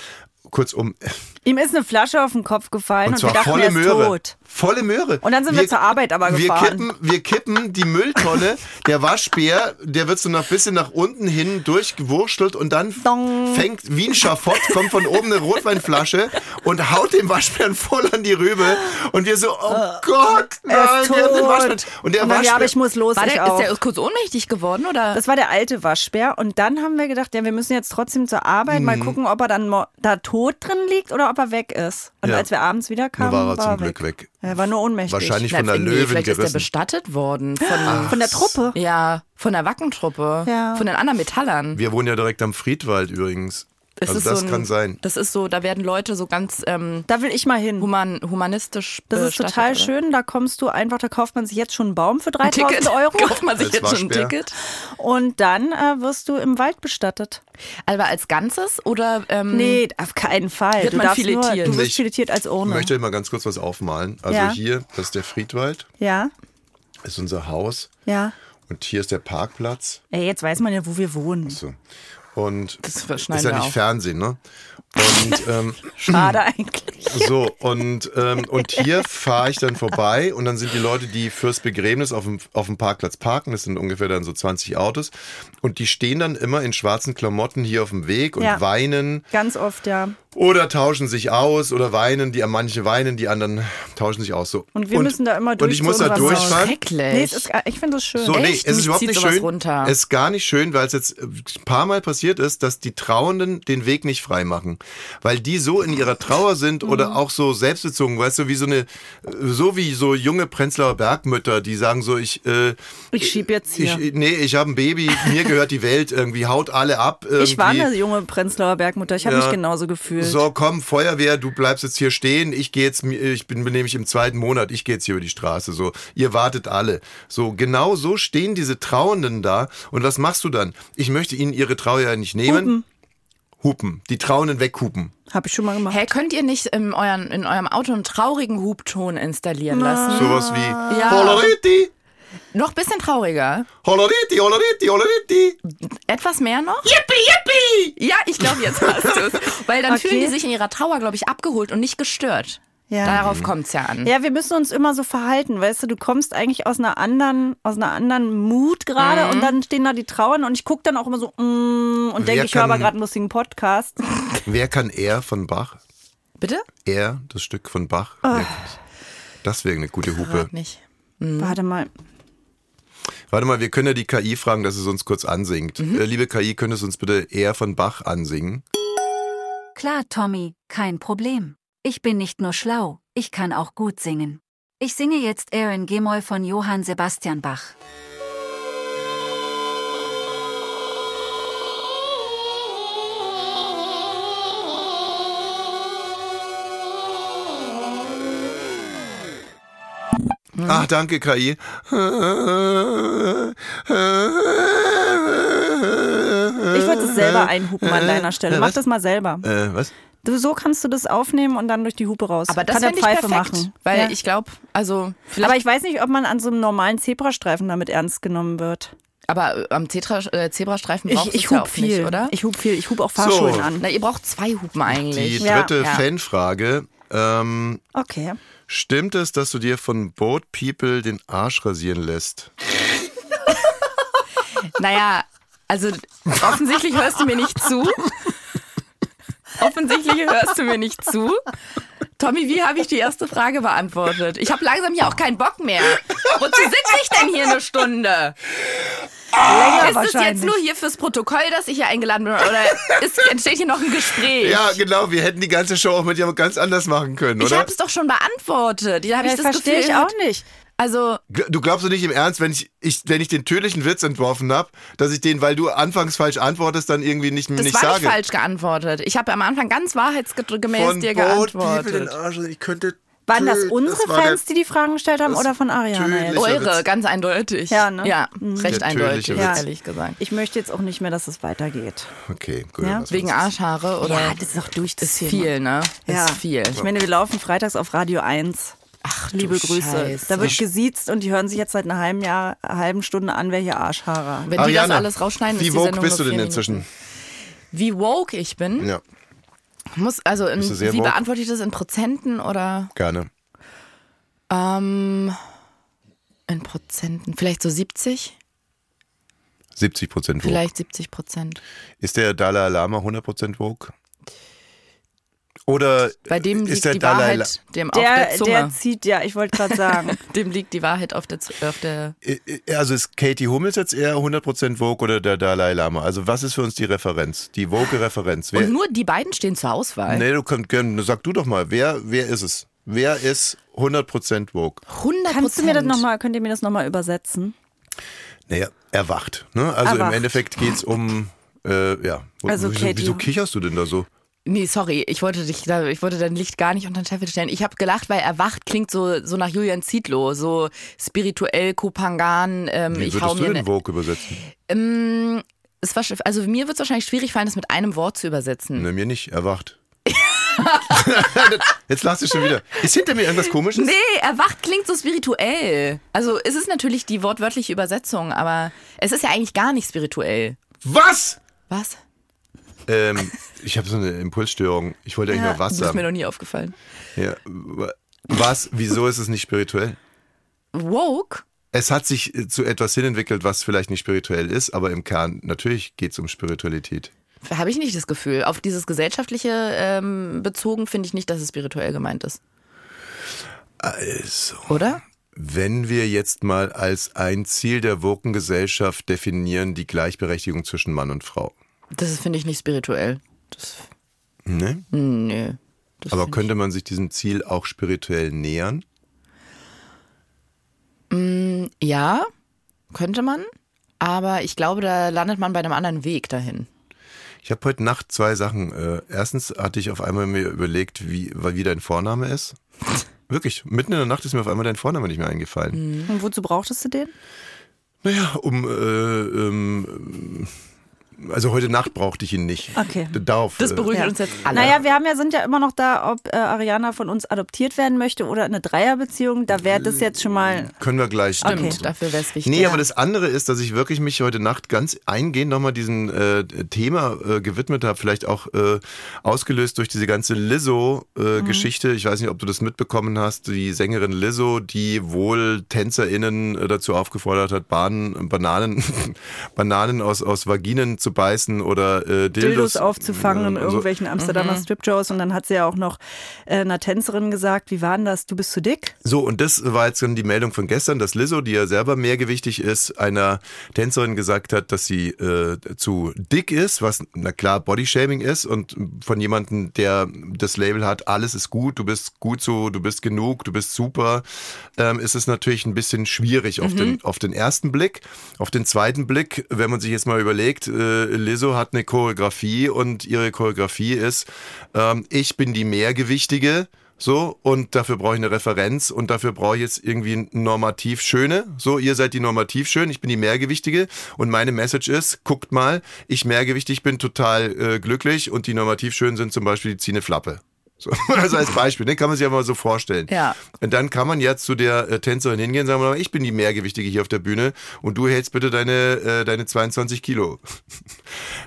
kurzum,
Ihm ist eine Flasche auf den Kopf gefallen und,
und zwar
wir dachten,
volle
er ist
Möhre.
tot.
Volle Möhre.
Und dann sind wir zur Arbeit aber
wir
gefahren.
Kippen, wir kippen die Mülltonne. Der Waschbär, der wird so noch ein bisschen nach unten hin durchgewurschtelt und dann
Dong.
fängt wie ein Schafott, kommt von oben eine Rotweinflasche und haut dem Waschbären voll an die Rübe. Und wir so, oh Gott, nein,
Äh, Er ist
der hat den Waschbären.
tot.
Und der halt.
Und dann,
Waschbär.
ja, aber ich muss los.
War
ich
der,
auch.
ist der kurz ohnmächtig geworden oder?
Das war der alte Waschbär. Und dann haben wir gedacht, ja, wir müssen jetzt trotzdem zur Arbeit
Mhm.
mal gucken, ob er dann mo- da tot drin liegt oder ob er weg ist. Und
Ja.
als wir abends wieder kamen,
Nur war er zum
weg.
Glück weg.
Er war nur ohnmächtig.
Wahrscheinlich
Na,
von der
nee,
Löwen
vielleicht ist der
gerissen. Ah.
bestattet worden von,
Von der Truppe.
ja, von der Wackentruppe,
Ja.
von den anderen Metallern.
Wir wohnen ja direkt am Friedwald übrigens.
Es
Also
ist
das
so ein,
kann sein.
Das ist so, da werden Leute so ganz ähm,
Da will ich mal hin.
human, humanistisch
Das ist
bestattet,
total
Äh, oder?
schön. Da kommst du einfach, da kauft man sich jetzt schon einen Baum für
Ein Ticket
3000 Euro
kauft man sich
Als
jetzt schon ein
Waschbär.
Ticket.
und dann äh, wirst du im Wald bestattet.
Aber als Ganzes oder ähm,
Nee, auf keinen Fall.
Wird
du
man
darfst Nur,
filetiert?
du wirst
Ich
filetiert als
Ich
Urne.
möchte mal ganz kurz was aufmalen. Also
Ja.
hier, das ist der Friedwald,
Ja,
ist unser Haus
ja.
und hier ist der Parkplatz.
Ey, jetzt weiß man ja, wo wir wohnen.
So. Und
Das
ist
schneiden
ja
wir
nicht
auf.
Fernsehen, ne? Und ähm,
Schade eigentlich.
So, und, ähm, und hier fahre ich dann vorbei und dann sind die Leute, die fürs Begräbnis auf dem, auf dem Parkplatz parken, das sind ungefähr dann so 20 Autos, und die stehen dann immer in schwarzen Klamotten hier auf dem Weg und
Ja.
weinen
Ganz oft, ja.
oder tauschen sich aus oder weinen, die manche weinen, die anderen tauschen sich aus. So.
Und wir müssen da immer
Und ich
durch zu
muss da
unserer Sau.
durchfahren.
Schrecklich.
Nee, es ist, ich finde es schön.
So, nee,
Echt?
es ist
Mich
überhaupt
zieht
nicht
sowas
schön.
runter.
Es ist gar nicht schön, weil es jetzt äh, ein paar Mal passiert ist, dass die Trauernden den Weg nicht frei machen. Weil die so in ihrer Trauer sind
Mhm.
oder auch so selbstbezogen, weißt du, wie so eine, äh, so wie so junge Prenzlauer Bergmütter, die sagen so, ich, äh,
ich schieb jetzt
ich,
hier. Ich,
nee, ich habe ein Baby, mir gehört die Welt, irgendwie haut alle ab. Irgendwie.
war eine junge Prenzlauer Bergmutter. Ich habe
Ja.
mich genauso gefühlt.
So, komm, Feuerwehr, du bleibst jetzt hier stehen. Ich gehe jetzt, ich bin nämlich im zweiten Monat, ich gehe jetzt hier über die Straße. So, ihr wartet alle. So, genau so stehen diese Trauernden da. Und was machst du dann? Ich möchte ihnen ihre Trauer ja nicht nehmen. Hupen. Die Trauernden weghupen.
Habe ich schon mal gemacht.
Hä, könnt ihr nicht in, euren, in eurem Auto einen traurigen Hubton installieren lassen?
Sowas wie
Ja.
Holleriti,
Noch ein bisschen trauriger.
Holleriti, Holleriti, Holleriti.
Etwas mehr noch? Yippie, yippie! Ja, ich glaube, jetzt hast du es. Weil dann
Okay.
fühlen die sich in ihrer Trauer, glaube ich, abgeholt und nicht gestört.
Ja.
Mhm.
Darauf kommt es ja an.
Ja, wir müssen uns immer so verhalten, weißt du, du kommst eigentlich aus einer anderen, aus einer anderen Mut gerade
Hm.
und dann stehen da die Trauern und ich gucke dann auch immer so mm, und denke,
Wer
ich höre aber
kann-
gerade einen lustigen Podcast.
Wer kann er von Bach?
Bitte?
Er, das Stück von Bach. Wer kann's? Das wäre eine gute Hupe.
Nicht. Hm.
Warte mal.
Warte mal, wir können ja die KI fragen, dass es uns kurz ansingt. Äh, Liebe KI, könntest du uns bitte eher von Bach ansingen?
Klar, Tommy, kein Problem. Ich bin nicht nur schlau, ich kann auch gut singen. Ich singe jetzt Aaron Gemoll von Johann Sebastian Bach.
Ach, Ah, danke, KI.
Ich
Ich
würde das selber
Äh,
einhupen an deiner Stelle. Mach das mal selber.
Äh, was?
Du, so kannst du das aufnehmen und dann durch die Hupe raus.
Aber das
Kann der
fände ich
Pfeife
perfekt.
machen.
Weil
ja.
ich glaube, also vielleicht.
aber ich weiß nicht, ob man an so einem normalen Zebrastreifen damit ernst genommen wird.
Aber äh, am Zetra, äh, Zebrastreifen braucht es ja auch nicht, oder?
Ich hub viel. Ich hub auch Fahrschulen
So.
an.
Na, ihr braucht zwei Hupen
Die
eigentlich.
Ja.
dritte
Ja.
Fanfrage. Ähm,
Okay.
stimmt es, dass du dir von Boat People den Arsch rasieren lässt?
Naja, also offensichtlich hörst du mir nicht zu. Offensichtlich hörst du mir nicht zu. Tommy, wie habe ich die erste Frage beantwortet? Ich habe langsam hier auch keinen Bock mehr. Wozu sitze ich denn hier eine Stunde? Ah,
Länger
ist es jetzt nur hier fürs Protokoll, dass ich hier eingeladen bin? Oder ist, entsteht hier noch ein Gespräch?
Ja, genau. Wir hätten die ganze Show auch mit dir ganz anders machen können,
ich
oder?
habe es doch schon beantwortet. Ja, hab
Ja,
ich das
verstehe ich
Gefühl-
auch nicht.
Also,
Gl- Du glaubst doch nicht im Ernst, wenn ich, ich, wenn ich den tödlichen Witz entworfen habe, dass ich den, weil du anfangs falsch antwortest, dann irgendwie nicht,
das
nicht
war
sage.
nicht falsch geantwortet. Ich habe am Anfang ganz wahrheitsgemäß
Von
dir
Boat People den
geantwortet.
Arsch. rasieren. Ich könnte.
Waren das
tö-
unsere
war der-
Fans, die die Fragen gestellt haben
das
oder von Ariana
tödlich.
jetzt?
Witz.
Eure, ganz eindeutig.
Ja, ne?
Ja, recht
Der
eindeutig,
tödliche Witz.
ehrlich gesagt.
Ich möchte jetzt auch nicht mehr, dass es weitergeht.
Okay, gut.
Ja?
lass
Wegen
uns.
Arschhaare oder?
Ja, das ist doch durch, das
ist
Thema.
viel, ne?
Ja.
Ist viel.
Ich meine, wir laufen freitags auf Radio 1.
Ach,
Liebe Grüße.
Scheiße.
Da wird gesiezt und die hören sich jetzt seit einer halben, Jahr, halben Stunde an, wer hier Arschhaare hat.
Wenn die das
Ariana,
alles rausschneiden,
wie
ist die
woke
Sendung
bist du
nur
denn
vier
inzwischen?
Minuten. Wie woke ich bin?
Ja,
Muss, also in,
Bist du sehr
wie
woke?
beantworte ich das in Prozenten oder
gerne.
ähm, in Prozenten? Vielleicht so 70?
70 Prozent woke.
Vielleicht 70 Prozent.
Ist der Dalai Lama 100 Prozent woke? Oder
Bei dem
ist
liegt
der
die
Dalai La-
Wahrheit dem auf der
Der,
Zunge.
der zieht, ja, ich wollte gerade sagen.
dem liegt die Wahrheit auf der, Zu- auf der
Äh, äh, also ist Katie Hummels jetzt eher 100 Prozent woke oder der Dalai Lama? Also was ist für uns die Referenz, die woke Referenz? Wer,
Und nur die beiden stehen zur Auswahl.
Äh. nee, du könnt, könnt, sag du doch mal, wer, wer ist es? Wer ist 100 Prozent woke?
100
Kannst du mir das noch mal, könnt ihr mir das nochmal übersetzen?
Naja, erwacht. Ne? Also im
Erwacht.
Endeffekt geht es um äh, Äh, ja. Wo-
Also,
wieso,
Katie-
wieso kicherst du denn da so?
Nee, sorry, ich wollte dich, da- ich wollte dein Licht gar nicht unter den Scheffel stellen. Ich habe gelacht, weil erwacht klingt so, so nach Julian Zietlow, so spirituell, Kopangan. Ähm,
Wie
ich hau
würdest
mir
du
ne-
den Vogue übersetzen?
Ähm, es war, sch- also mir wird es wahrscheinlich schwierig fallen, das mit einem Wort zu übersetzen.
Ne, mir nicht. Erwacht. Jetzt lachst du schon wieder. Ist hinter mir irgendwas Komisches?
Nee, erwacht klingt so spirituell. Also es ist natürlich die wortwörtliche Übersetzung, aber es ist ja eigentlich gar nicht spirituell.
Was?
Was?
Ähm, ich habe so eine Impulsstörung. Ich wollte eigentlich nur was
das ist mir
sagen.
noch nie aufgefallen.
Ja. wa- Was? Wieso ist es nicht spirituell?
Woke?
Es hat sich äh, zu etwas hinentwickelt, was vielleicht nicht spirituell ist, aber im Kern natürlich geht es um Spiritualität.
Habe ich nicht das Gefühl. Auf dieses gesellschaftliche ähm, bezogen finde ich nicht, dass es spirituell gemeint ist.
Also,
Oder?
wenn wir jetzt mal als ein Ziel der Woken-Gesellschaft definieren die Gleichberechtigung zwischen Mann und Frau.
Das ist, finde ich nicht spirituell. Das,
Ne?
nö. Das
Aber
find
könnte man sich diesem Ziel auch spirituell nähern?
ich- ja, könnte man. Aber ich glaube, da landet man bei einem anderen Weg dahin.
Ich habe heute Nacht zwei Sachen. Äh, erstens hatte ich auf einmal mir überlegt, wie, wie dein Vorname ist. Wirklich, mitten in der Nacht ist mir auf einmal dein Vorname nicht mehr eingefallen.
Und wozu brauchtest du den?
Naja, um, äh, ähm, also heute Nacht brauchte ich ihn nicht.
Okay.
Darauf, äh,
Das beruhigt
Ja.
uns jetzt alle.
Äh. Naja, wir haben ja, sind ja immer noch da, ob äh, Ariana von uns adoptiert werden möchte oder eine Dreierbeziehung. Da wäre das jetzt schon mal.
Können wir gleich.
Okay.
Stimmt, dafür wäre es wichtig.
Nee, aber das andere ist, dass ich wirklich mich heute Nacht ganz eingehend nochmal diesem äh, Thema äh, gewidmet habe. Vielleicht auch äh, ausgelöst durch diese ganze
Mhm.
Lizzo-Geschichte. Ich weiß nicht, ob du das mitbekommen hast. Die Sängerin Lizzo, die wohl TänzerInnen äh, dazu aufgefordert hat, Bahnen, Bananen, Bananen aus, aus Vaginen zu beißen oder äh, Dildos,
Dildos aufzufangen in
und so.
irgendwelchen Amsterdamer Stripjoes und dann hat sie ja auch noch äh, einer Tänzerin gesagt, wie war denn das, du bist zu dick?
So, und das war jetzt dann die Meldung von gestern, dass Lizzo, die ja selber mehrgewichtig ist, einer Tänzerin gesagt hat, dass sie äh, zu dick ist, was na klar Bodyshaming ist und von jemandem, der das Label hat, alles ist gut, du bist gut so, du bist genug, du bist super, ähm, ist es natürlich ein bisschen schwierig auf, den, auf den ersten Blick. Auf den zweiten Blick, wenn man sich jetzt mal überlegt, äh, Lizzo hat eine Choreografie und ihre Choreografie ist, ähm, ich bin die Mehrgewichtige. So, und dafür brauche ich eine Referenz und dafür brauche ich jetzt irgendwie ein normativ Schöne. So, ihr seid die normativ schön, ich bin die Mehrgewichtige und meine Message ist, guckt mal, ich mehrgewichtig bin total äh, glücklich und die normativ schön sind zum Beispiel, die ziehen eine Flappe. So, also als Beispiel, ne, kann man sich ja mal so vorstellen.
Ja.
Und dann kann man ja zu der äh, Tänzerin hingehen und sagen, "Mama, ich bin die Mehrgewichtige hier auf der Bühne und du hältst bitte deine, äh, deine 22 Kilo.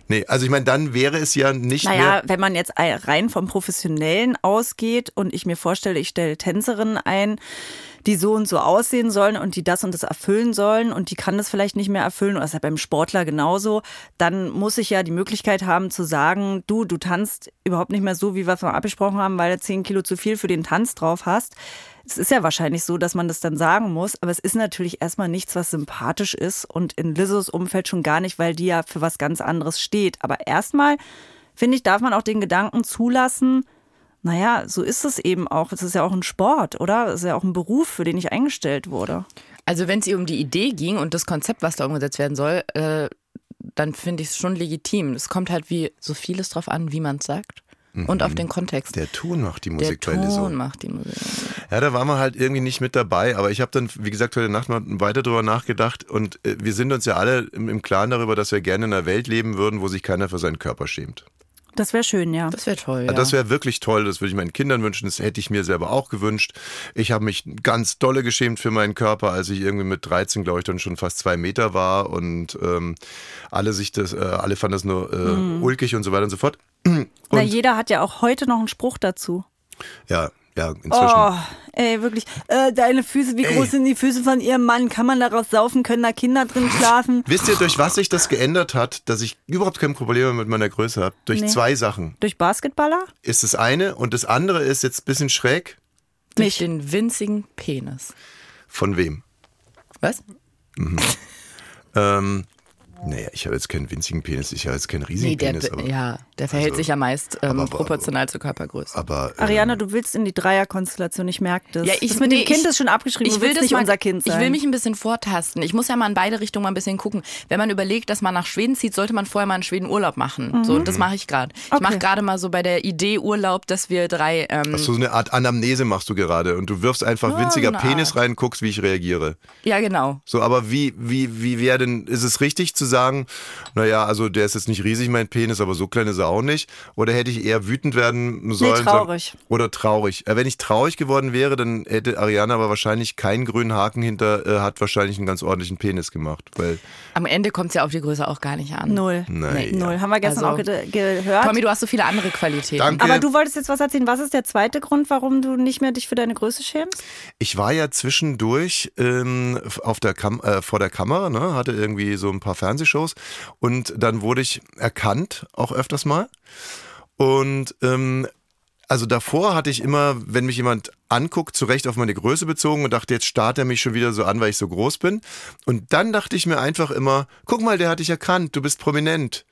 nee, also ich meine, dann wäre es ja nicht mehr...
Naja, wenn man jetzt rein vom Professionellen ausgeht und ich mir vorstelle, ich stelle Tänzerinnen ein, die so und so aussehen sollen und die das und das erfüllen sollen und die kann das vielleicht nicht mehr erfüllen oder ist ja beim Sportler genauso, dann muss ich ja die Möglichkeit haben zu sagen, du, du tanzt überhaupt nicht mehr so, wie wir es mal abgesprochen haben, weil du 10 Kilo zu viel für den Tanz drauf hast. Es ist ja wahrscheinlich so, dass man das dann sagen muss, aber es ist natürlich erstmal nichts, was sympathisch ist und in Lizzos Umfeld schon gar nicht, weil die ja für was ganz anderes steht. Aber erstmal finde ich, darf man auch den Gedanken zulassen, naja, so ist es eben auch. Es ist ja auch ein Sport, oder? Es ist ja auch ein Beruf, für den ich eingestellt wurde.
Also wenn es ihr um die Idee ging und das Konzept, was da umgesetzt werden soll, äh, dann finde ich es schon legitim. Es kommt halt wie so vieles drauf an, wie man es sagt und auf den Kontext.
Der Ton macht die
Der
Musik bei Lizzo.
Ton macht die Musik.
Ja, da waren wir halt irgendwie nicht mit dabei, aber ich habe dann, wie gesagt, heute Nacht mal weiter drüber nachgedacht und äh, wir sind uns ja alle im, im Klaren darüber, dass wir gerne in einer Welt leben würden, wo sich keiner für seinen Körper schämt.
Das wäre schön, ja.
Das wäre toll. Ja.
Ja. Ah, Das wäre wirklich toll, das würde ich meinen Kindern wünschen, das hätte ich mir selber auch gewünscht. Ich habe mich ganz dolle geschämt für meinen Körper, als ich irgendwie mit 13, glaube ich, dann schon fast zwei Meter war und ähm, alle sich das, äh, alle fanden das nur äh,
Mhm.
ulkig und so weiter und so fort.
Na,
und-
jeder hat ja auch heute noch einen Spruch dazu.
Ja, ja, inzwischen.
Oh, ey, wirklich. Äh, deine Füße, wie
Ey.
groß sind die Füße von ihrem Mann? Kann man daraus saufen? Können da Kinder drin schlafen?
Wisst ihr, durch was sich das geändert hat, dass ich überhaupt kein Problem mehr mit meiner Größe habe? Durch
Nee.
zwei Sachen.
Durch Basketballer?
Ist das eine und das andere ist jetzt ein bisschen schräg.
Durch den winzigen Penis.
Von wem?
Was?
Ähm, Naja, ich habe jetzt keinen winzigen Penis, ich habe jetzt keinen riesigen
Nee, der,
Penis, aber,
ja, der verhält
also-
sich ja meist ähm,
aber- aber-
proportional zur Körpergröße.
aber ähm,
Ariana, du willst in die Dreierkonstellation, ich merke das.
Ja, ich-
das mit
nee,
dem Kind
ich-
ist schon abgeschrieben, du willst nicht
mal-
unser Kind sein.
Ich will mich ein bisschen vortasten. Ich muss ja mal in beide Richtungen mal ein bisschen gucken. Wenn man überlegt, dass man nach Schweden zieht, sollte man vorher mal in Schweden Urlaub machen. So, das mache ich gerade. Ich
Mhm. Okay.
mache gerade mal so bei der Idee Urlaub, dass wir drei. Ähm,
Ach so eine Art Anamnese machst du gerade und du wirfst einfach winziger
so eine
Penis
Art.
rein, guckst, wie ich reagiere.
Ja, genau.
So, aber wie, wie, wie wäre denn, ist es richtig zu sagen, naja, also der ist jetzt nicht riesig, mein Penis, aber so klein ist er auch nicht? Oder hätte ich eher wütend werden sollen? so-
traurig.
Oder traurig. Äh, Wenn ich traurig geworden wäre, dann hätte Ariana aber wahrscheinlich keinen grünen Haken hinter, äh, hat wahrscheinlich einen ganz ordentlichen Penis gemacht. Weil,
Am Ende kommt es ja auf die Größe auch gar nicht an.
Null.
Naja.
Null. Haben wir gestern
Also-
auch ge gehört.
Tommy, du hast so viele andere Qualitäten.
danke.
Aber du wolltest jetzt was erzählen. Was ist der zweite Grund, warum du nicht mehr dich für deine Größe schämst?
Ich war ja zwischendurch ähm, auf der Kam äh, vor der Kamera, ne, hatte irgendwie so ein paar Fernsehshows und dann wurde ich erkannt, auch öfters mal. Und ähm, also davor hatte ich immer, wenn mich jemand anguckt, zu Recht auf meine Größe bezogen und dachte, jetzt starrt er mich schon wieder so an, weil ich so groß bin. Und dann dachte ich mir einfach immer, guck mal, der hat dich erkannt, du bist prominent.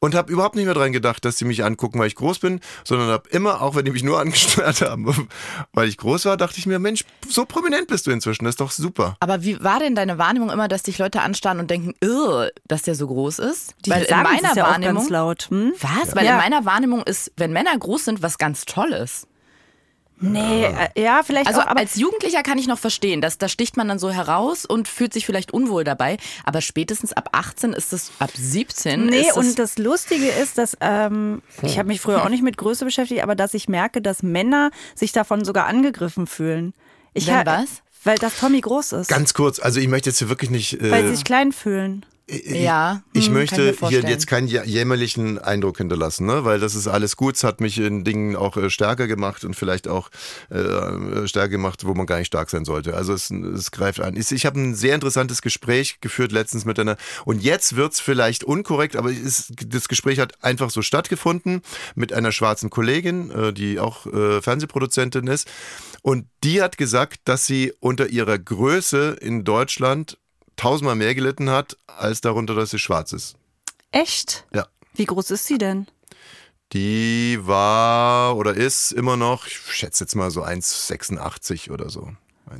Und habe überhaupt nicht mehr dran gedacht, dass sie mich angucken, weil ich groß bin, sondern habe immer, auch wenn die mich nur angestarrt haben, weil ich groß war, dachte ich mir, Mensch, so prominent bist du inzwischen, das ist doch super.
Aber wie war denn deine Wahrnehmung immer, dass dich Leute anstarren und denken, "Irr, dass der so groß ist? Weil in
sagen's
meiner
ja auch
Wahrnehmung.
ganz laut. Hm?
was? Weil
Ja.
in meiner Wahrnehmung ist, wenn Männer groß sind, was ganz Tolles.
Nee, äh, ja, vielleicht
Also
auch, aber
als Jugendlicher kann ich noch verstehen, dass da sticht man dann so heraus und fühlt sich vielleicht unwohl dabei. Aber spätestens ab 18 ist es, ab 17
Nee,
ist es, Hm.
und das Lustige ist, dass ähm, ich habe mich früher auch nicht mit Größe beschäftigt, aber dass ich merke, dass Männer sich davon sogar angegriffen fühlen. Ich
Wenn
ha-
was?
Weil das Tommy groß ist.
Ganz kurz, also ich möchte jetzt hier wirklich nicht. Äh,
weil sie sich klein fühlen.
Ich-
Ja,
Ich
hm, kann ich
möchte
mir
hier
vorstellen.
jetzt keinen jä- jämmerlichen Eindruck hinterlassen, ne? weil das ist alles gut. Es hat mich in Dingen auch äh, stärker gemacht und vielleicht auch äh, stärker gemacht, wo man gar nicht stark sein sollte. Also es, es greift an. Ich, ich habe ein sehr interessantes Gespräch geführt letztens mit einer und jetzt wird's vielleicht unkorrekt, aber es ist, das Gespräch hat einfach so stattgefunden mit einer schwarzen Kollegin, äh, die auch äh, Fernsehproduzentin ist und die hat gesagt, dass sie unter ihrer Größe in Deutschland tausendmal mehr gelitten hat, als darunter, dass sie schwarz ist.
Echt?
Ja.
Wie groß ist sie denn?
Die war oder ist immer noch, ich schätze jetzt mal so 1,86 oder so.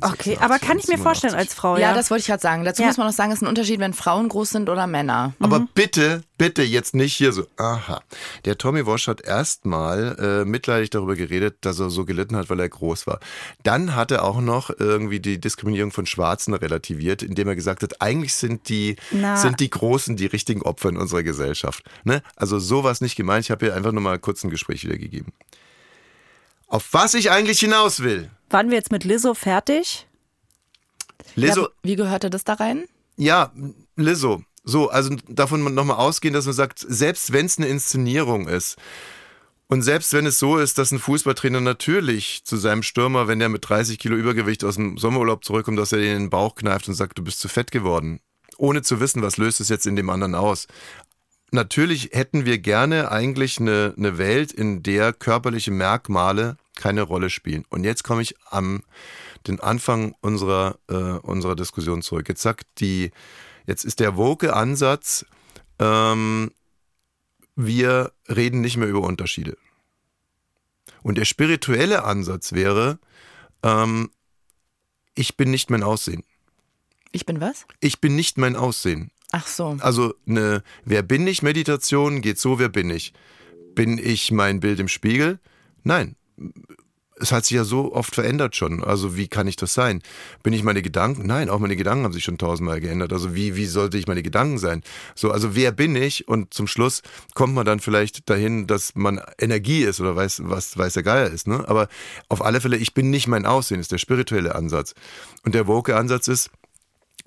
Okay, aber kann ich mir vorstellen als Frau, oh ja.
ja, das wollte ich gerade sagen. Dazu
Ja.
muss man noch sagen, es ist ein Unterschied, wenn Frauen groß sind oder Männer.
Aber bitte, bitte jetzt nicht hier so. Aha. Der Tommy Walsh hat erstmal äh, mitleidig darüber geredet, dass er so gelitten hat, weil er groß war. Dann hat er auch noch irgendwie die Diskriminierung von Schwarzen relativiert, indem er gesagt hat, eigentlich sind die,
Na.
sind die Großen die richtigen Opfer in unserer Gesellschaft. Ne? Also sowas nicht gemeint. Ich habe hier einfach nur mal kurz ein Gespräch wiedergegeben. Auf was ich eigentlich hinaus will.
Waren wir jetzt mit Lizzo fertig?
Lizzo,
ja, wie gehörte das da rein?
Ja, Lizzo. So, also davon nochmal ausgehen, dass man sagt, selbst wenn es eine Inszenierung ist und selbst wenn es so ist, dass ein Fußballtrainer natürlich zu seinem Stürmer, wenn der mit 30 Kilo Übergewicht aus dem Sommerurlaub zurückkommt, dass er den in den Bauch kneift und sagt, du bist zu fett geworden, ohne zu wissen, was löst es jetzt in dem anderen aus. Natürlich hätten wir gerne eigentlich eine, eine Welt, in der körperliche Merkmale keine Rolle spielen. Und jetzt komme ich am den Anfang unserer, äh, unserer Diskussion zurück. Jetzt sagt die, jetzt ist der woke Ansatz, ähm, wir reden nicht mehr über Unterschiede. Und der spirituelle Ansatz wäre, ähm, ich bin nicht mein Aussehen.
Ich bin was?
Ich bin nicht mein Aussehen.
Ach so.
Also eine Wer bin ich Meditation geht so, wer bin ich? Bin ich mein Bild im Spiegel? Nein. Es hat sich ja so oft verändert schon. Also wie kann ich das sein? Bin ich meine Gedanken? Nein, auch meine Gedanken haben sich schon tausendmal geändert. Also wie, wie sollte ich meine Gedanken sein? So, also wer bin ich? Und zum Schluss kommt man dann vielleicht dahin, dass man Energie ist oder weiß, was weiß der Geier ist. Ne? Aber auf alle Fälle, ich bin nicht mein Aussehen, ist der spirituelle Ansatz. Und der woke Ansatz ist,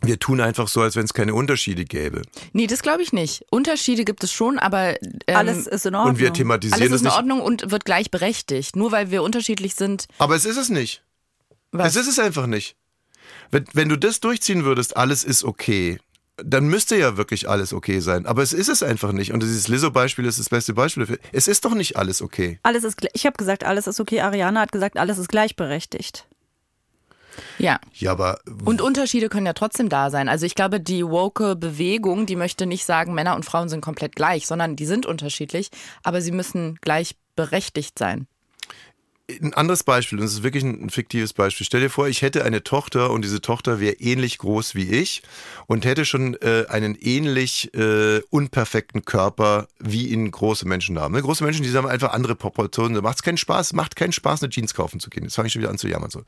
wir tun einfach so, als wenn es keine Unterschiede gäbe.
Nee, das glaube ich nicht. Unterschiede gibt es schon, aber ähm,
Alles ist in Ordnung.
Und wir
alles
thematisieren
ist
das
in
nicht.
Ordnung und wird gleichberechtigt. Nur weil wir unterschiedlich sind.
Aber es ist es nicht.
Was?
Es ist es einfach nicht. Wenn, wenn du das durchziehen würdest, alles ist okay, dann müsste ja wirklich alles okay sein. Aber es ist es einfach nicht. Und dieses Lizzo-Beispiel ist das beste Beispiel dafür. Es ist doch nicht alles okay.
Alles ist, gl- ich habe gesagt, alles ist okay. Ariana hat gesagt, alles ist gleichberechtigt.
Ja.
Ja, aber
Und Unterschiede können ja trotzdem da sein. Also ich glaube, die woke Bewegung, die möchte nicht sagen, Männer und Frauen sind komplett gleich, sondern die sind unterschiedlich, aber sie müssen gleichberechtigt sein.
ein anderes Beispiel, und es ist wirklich ein fiktives Beispiel. Stell dir vor, ich hätte eine Tochter und diese Tochter wäre ähnlich groß wie ich und hätte schon äh, einen ähnlich äh, unperfekten Körper, wie ihn große Menschen haben. Ne? Große Menschen, die haben einfach andere Proportionen. Da macht es keinen Spaß, macht keinen Spaß, eine Jeans kaufen zu gehen. Jetzt fange ich schon wieder an zu jammern. So.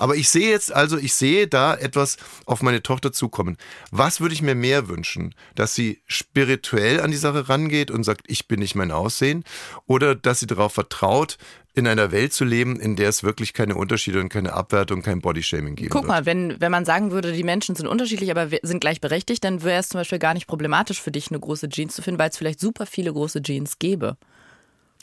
Aber ich sehe jetzt, also ich sehe da etwas auf meine Tochter zukommen. Was würde ich mir mehr wünschen? Dass sie spirituell an die Sache rangeht und sagt, ich bin nicht mein Aussehen? Oder dass sie darauf vertraut, in einer Welt zu leben, in der es wirklich keine Unterschiede und keine Abwertung, kein Bodyshaming gibt.
Guck mal, wenn, wenn man sagen würde, die Menschen sind unterschiedlich, aber wir- sind gleichberechtigt, dann wäre es zum Beispiel gar nicht problematisch für dich, eine große Jeans zu finden, weil es vielleicht super viele große Jeans gäbe.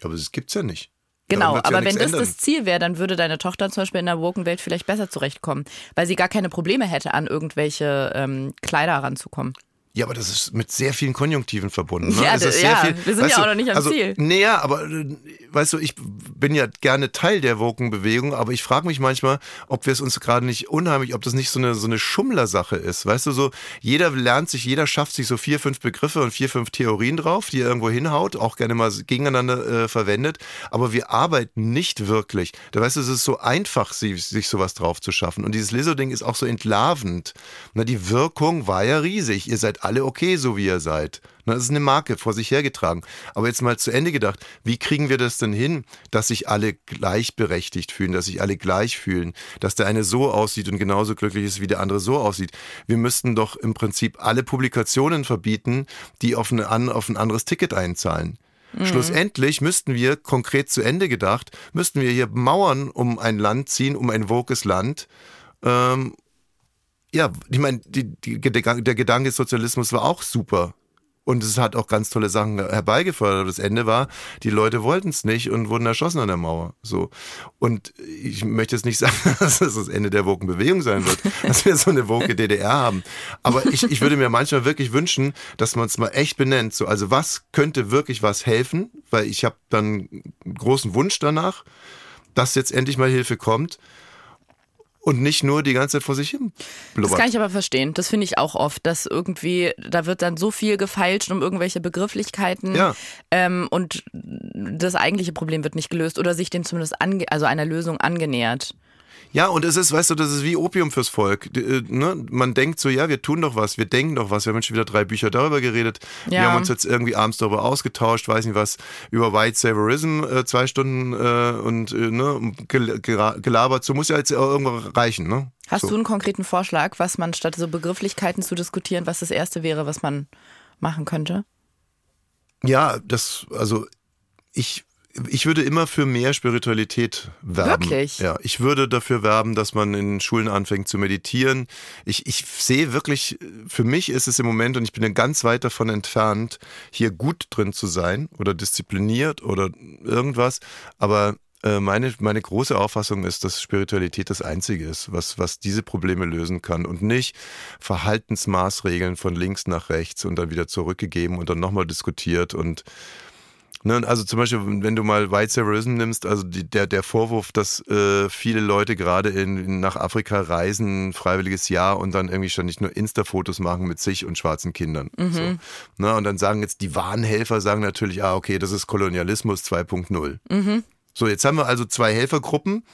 Aber das gibt's ja nicht. Daran
Genau,
wird's ja
aber wenn
nichts
das
ändern.
das Ziel wäre, dann würde deine Tochter zum Beispiel in der woken Welt vielleicht besser zurechtkommen, weil sie gar keine Probleme hätte, an irgendwelche ähm, Kleider ranzukommen.
Ja, aber das ist mit sehr vielen Konjunktiven verbunden. Ne?
Ja,
Es ist
d-
sehr
ja,
viel,
wir sind
weißt
ja auch
du,
noch nicht am
also,
Ziel.
Naja, aber äh, weißt du, ich bin ja gerne Teil der Woken-Bewegung, aber ich frage mich manchmal, ob wir es uns gerade nicht unheimlich, ob das nicht so eine, so eine Schummlersache ist. Weißt du, so jeder lernt sich, jeder schafft sich so vier, fünf Begriffe und vier, fünf Theorien drauf, die er irgendwo hinhaut, auch gerne mal gegeneinander äh, verwendet, aber wir arbeiten nicht wirklich. Da weißt du, es ist so einfach, sie, sich sowas drauf zu schaffen. Und dieses Lizzo-Ding ist auch so entlarvend. Na, die Wirkung war ja riesig. Ihr seid alle okay, so wie ihr seid. Na, das ist eine Marke vor sich hergetragen. Aber jetzt mal zu Ende gedacht, wie kriegen wir das denn hin, dass sich alle gleichberechtigt fühlen, dass sich alle gleich fühlen, dass der eine so aussieht und genauso glücklich ist, wie der andere so aussieht? Wir müssten doch im Prinzip alle Publikationen verbieten, die auf, eine, an- auf ein anderes Ticket einzahlen. Schlussendlich müssten wir, konkret zu Ende gedacht, müssten wir hier Mauern um ein Land ziehen, um ein wokes Land. Ähm, ja, ich meine, die, die, der Gedanke der Gedanke des Sozialismus war auch super. Und es hat auch ganz tolle Sachen herbeigefördert. Aber das Ende war, die Leute wollten es nicht und wurden erschossen an der Mauer. So. Und ich möchte jetzt nicht sagen, dass das das Ende der woken Bewegung sein wird, dass wir so eine woke DDR haben. Aber ich, ich würde mir manchmal wirklich wünschen, dass man es mal echt benennt. So, also was könnte wirklich was helfen? Weil ich habe dann einen großen Wunsch danach, dass jetzt endlich mal Hilfe kommt und nicht nur die ganze Zeit vor sich hin blubbert.
Das kann ich aber verstehen. Das finde ich auch oft, dass irgendwie, da wird dann so viel gefeilscht um irgendwelche Begrifflichkeiten
Ja.
ähm, und das eigentliche Problem wird nicht gelöst oder sich dem zumindest ange also einer Lösung angenähert.
Ja, und es ist, weißt du, das ist wie Opium fürs Volk. D- äh, Ne? Man denkt so, ja, wir tun doch was, wir denken doch was. Wir haben jetzt schon wieder drei Bücher darüber geredet. Wir
Ja.
haben uns jetzt irgendwie abends darüber ausgetauscht, weiß nicht was, über White Saviorism, äh, zwei Stunden äh, und äh, ne, gel- gera- gelabert. So muss ja jetzt auch irgendwo reichen, ne?
Hast
so.
du einen konkreten Vorschlag, was man statt so Begrifflichkeiten zu diskutieren, was das Erste wäre, was man machen könnte?
Ja, das, also ich, ich würde immer für mehr Spiritualität werben.
Wirklich?
Ja, ich würde dafür werben, dass man in Schulen anfängt zu meditieren. Ich, ich sehe wirklich, für mich ist es im Moment, und ich bin ja ganz weit davon entfernt, hier gut drin zu sein oder diszipliniert oder irgendwas, aber äh, meine, meine große Auffassung ist, dass Spiritualität das Einzige ist, was, was diese Probleme lösen kann und nicht Verhaltensmaßregeln von links nach rechts und dann wieder zurückgegeben und dann nochmal diskutiert und Ne, und also zum Beispiel, wenn du mal White Saviorism nimmst, also die, der, der Vorwurf, dass äh, viele Leute gerade in, in, nach Afrika reisen, freiwilliges Jahr und dann irgendwie ständig nur Insta-Fotos machen mit sich und schwarzen Kindern. So. Ne, und dann sagen jetzt die Wahnhelfer, sagen natürlich, ah okay, das ist Kolonialismus 2.0. So, jetzt haben wir also zwei Helfergruppen.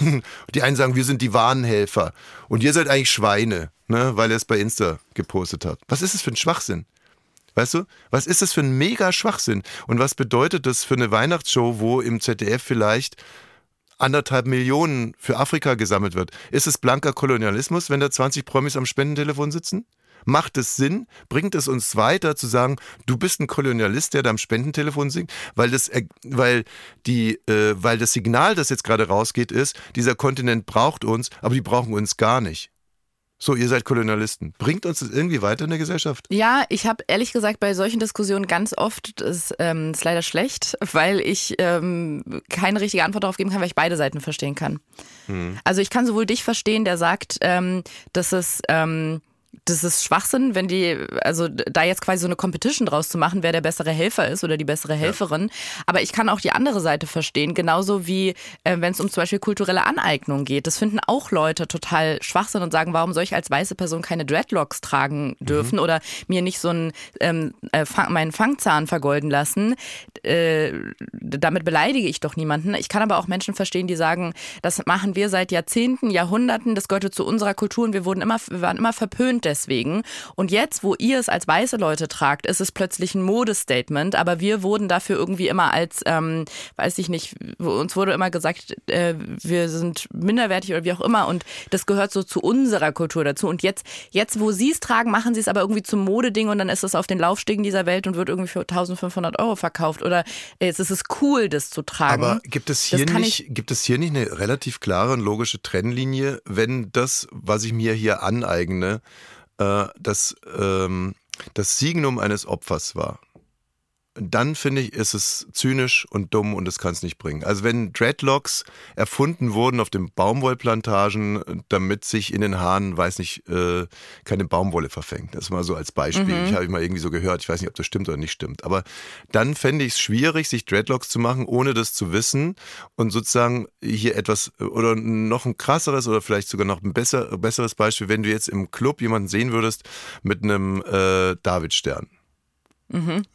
Die einen sagen, wir sind die Wahnhelfer und ihr seid eigentlich Schweine, ne, weil er es bei Insta gepostet hat. Was ist das für ein Schwachsinn? Weißt du, was ist das für ein mega Schwachsinn? Und was bedeutet das für eine Weihnachtsshow, wo im ZDF vielleicht anderthalb Millionen für Afrika gesammelt wird? Ist es blanker Kolonialismus, wenn da 20 Promis am Spendentelefon sitzen? Macht es Sinn? Bringt es uns weiter zu sagen, du bist ein Kolonialist, der da am Spendentelefon singt? Weil das, er- weil die, äh, weil das Signal, das jetzt gerade rausgeht, ist, dieser Kontinent braucht uns, aber die brauchen uns gar nicht. So, ihr seid Kolonialisten. Bringt uns das irgendwie weiter in der Gesellschaft?
Ja, ich habe ehrlich gesagt bei solchen Diskussionen ganz oft, das ähm, ist leider schlecht, weil ich ähm, keine richtige Antwort darauf geben kann, weil ich beide Seiten verstehen kann. Also ich kann sowohl dich verstehen, der sagt, ähm, dass es ähm, das ist Schwachsinn, wenn die, also da jetzt quasi so eine Competition draus zu machen, wer der bessere Helfer ist oder die bessere Helferin. Aber ich kann auch die andere Seite verstehen, genauso wie äh, wenn es um zum Beispiel kulturelle Aneignung geht. Das finden auch Leute total Schwachsinn und sagen, warum soll ich als weiße Person keine Dreadlocks tragen dürfen oder mir nicht so einen, ähm, äh, Fang, meinen Fangzahn vergolden lassen. Äh, damit beleidige ich doch niemanden. Ich kann aber auch Menschen verstehen, die sagen, das machen wir seit Jahrzehnten, Jahrhunderten, das gehörte zu unserer Kultur und wir wurden immer, wir waren immer verpönt deswegen. Und jetzt, wo ihr es als weiße Leute tragt, ist es plötzlich ein Modestatement, aber wir wurden dafür irgendwie immer als, ähm, weiß ich nicht, uns wurde immer gesagt, äh, wir sind minderwertig oder wie auch immer und das gehört so zu unserer Kultur dazu. Und jetzt, jetzt wo sie es tragen, machen sie es aber irgendwie zum Modeding und dann ist es auf den Laufstegen dieser Welt und wird irgendwie für 1500 Euro verkauft oder jetzt ist es cool, das zu tragen.
Aber gibt es,
Das
hier
kann
nicht, gibt es hier nicht eine relativ klare und logische Trennlinie, wenn das, was ich mir hier aneigne, äh, das, ähm, das Signum eines Opfers war? Dann finde ich, ist es zynisch und dumm und es kann es nicht bringen. Also wenn Dreadlocks erfunden wurden auf den Baumwollplantagen, damit sich in den Haaren, weiß nicht, äh, keine Baumwolle verfängt. Das mal so als Beispiel.
Mhm.
Ich habe ich mal irgendwie so gehört. Ich weiß nicht, ob das stimmt oder nicht stimmt. Aber dann fände ich es schwierig, sich Dreadlocks zu machen, ohne das zu wissen und sozusagen hier etwas äh, oder noch ein krasseres oder vielleicht sogar noch ein besser, besseres Beispiel, wenn du jetzt im Club jemanden sehen würdest mit einem äh, Davidstern.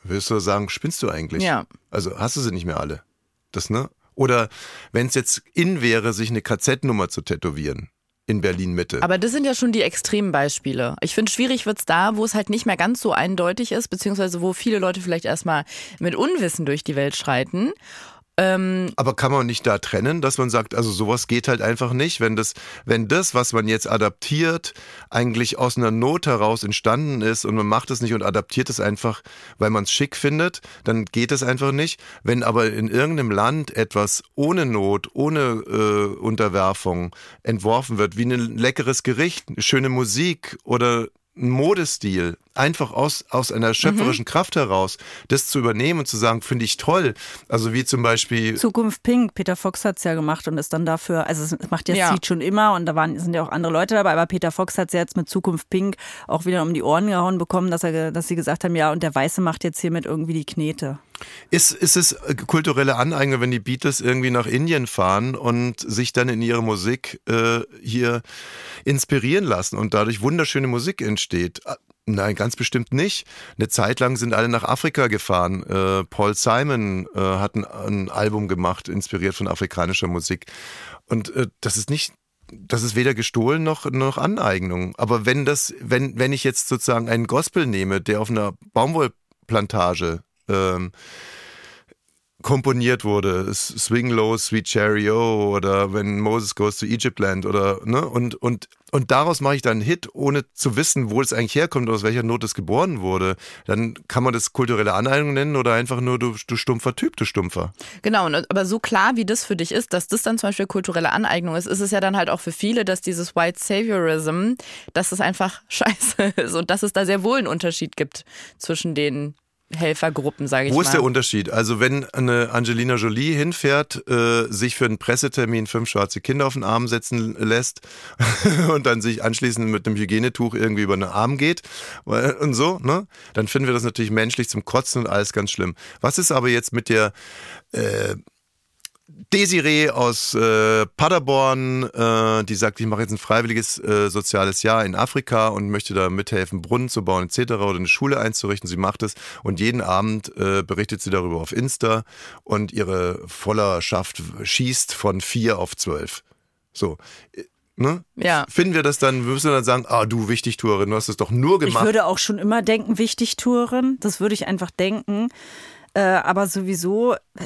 Würdest du sagen, spinnst du eigentlich?
Ja.
Also hast du sie nicht mehr alle. Das, ne? Oder wenn es jetzt in wäre, sich eine KZ-Nummer zu tätowieren in Berlin-Mitte.
Aber das sind ja schon die extremen Beispiele. Ich finde, schwierig wird's da, wo es halt nicht mehr ganz so eindeutig ist, beziehungsweise wo viele Leute vielleicht erstmal mit Unwissen durch die Welt schreiten.
Ähm, Aber kann man nicht da trennen, dass man sagt, also sowas geht halt einfach nicht, wenn das, wenn das, was man jetzt adaptiert, eigentlich aus einer Not heraus entstanden ist und man macht es nicht und adaptiert es einfach, weil man es schick findet, dann geht es einfach nicht. Wenn aber in irgendeinem Land etwas ohne Not, ohne äh, Unterwerfung entworfen wird, wie ein leckeres Gericht, schöne Musik oder ein Modestil, einfach aus, aus einer schöpferischen Kraft heraus, das zu übernehmen und zu sagen, finde ich toll. Also wie zum Beispiel
Zukunft Pink, Peter Fox hat es ja gemacht und ist dann dafür, also es macht ja,
Ja.
Seed schon immer und da waren, sind ja auch andere Leute dabei, aber Peter Fox hat es ja jetzt mit Zukunft Pink auch wieder um die Ohren gehauen bekommen, dass, er, ge- dass sie gesagt haben, ja und der Weiße macht jetzt hiermit irgendwie die Knete.
Ist, ist es äh, kulturelle Aneignung, wenn die Beatles irgendwie nach Indien fahren und sich dann in ihre Musik äh, hier inspirieren lassen und dadurch wunderschöne Musik entsteht? Ah, Nein, ganz bestimmt nicht. Eine Zeit lang sind alle nach Afrika gefahren. Äh, Paul Simon äh, hat ein, ein Album gemacht, inspiriert von afrikanischer Musik. Und äh, das ist nicht das ist weder gestohlen noch, noch Aneignung. Aber wenn das, wenn, wenn ich jetzt sozusagen einen Gospel nehme, der auf einer Baumwollplantage ähm, komponiert wurde, S- Swing Low, Sweet Cherry O oder When Moses Goes to Egyptland oder ne und und und daraus mache ich dann einen Hit, ohne zu wissen, wo es eigentlich herkommt, aus welcher Not es geboren wurde. Dann kann man das kulturelle Aneignung nennen oder einfach nur du, du stumpfer Typ, du stumpfer.
Genau, und, aber so klar wie das für dich ist, dass das dann zum Beispiel kulturelle Aneignung ist, ist es ja dann halt auch für viele, dass dieses White Saviorism, dass es einfach scheiße ist und dass es da sehr wohl einen Unterschied gibt zwischen den Helfergruppen, sage ich
Wo
mal.
ist der Unterschied? Also wenn eine Angelina Jolie hinfährt, äh, sich für einen Pressetermin fünf schwarze Kinder auf den Arm setzen lässt und dann sich anschließend mit einem Hygienetuch irgendwie über den Arm geht äh, und so, ne? Dann finden wir das natürlich menschlich zum Kotzen und alles ganz schlimm. Was ist aber jetzt mit der Desiree aus äh, Paderborn, äh, die sagt, ich mache jetzt ein freiwilliges äh, soziales Jahr in Afrika und möchte da mithelfen, Brunnen zu bauen etc. oder eine Schule einzurichten. Sie macht es und jeden Abend äh, berichtet sie darüber auf Insta und ihre Followerschaft schießt von vier auf zwölf. So, äh, ne?
Ja.
Finden wir das dann, wir müssen dann sagen, ah du Wichtigtuerin, du hast es doch nur
Ich
gemacht.
würde auch schon immer denken, Wichtigtouren, das würde ich einfach denken, äh, aber sowieso... äh,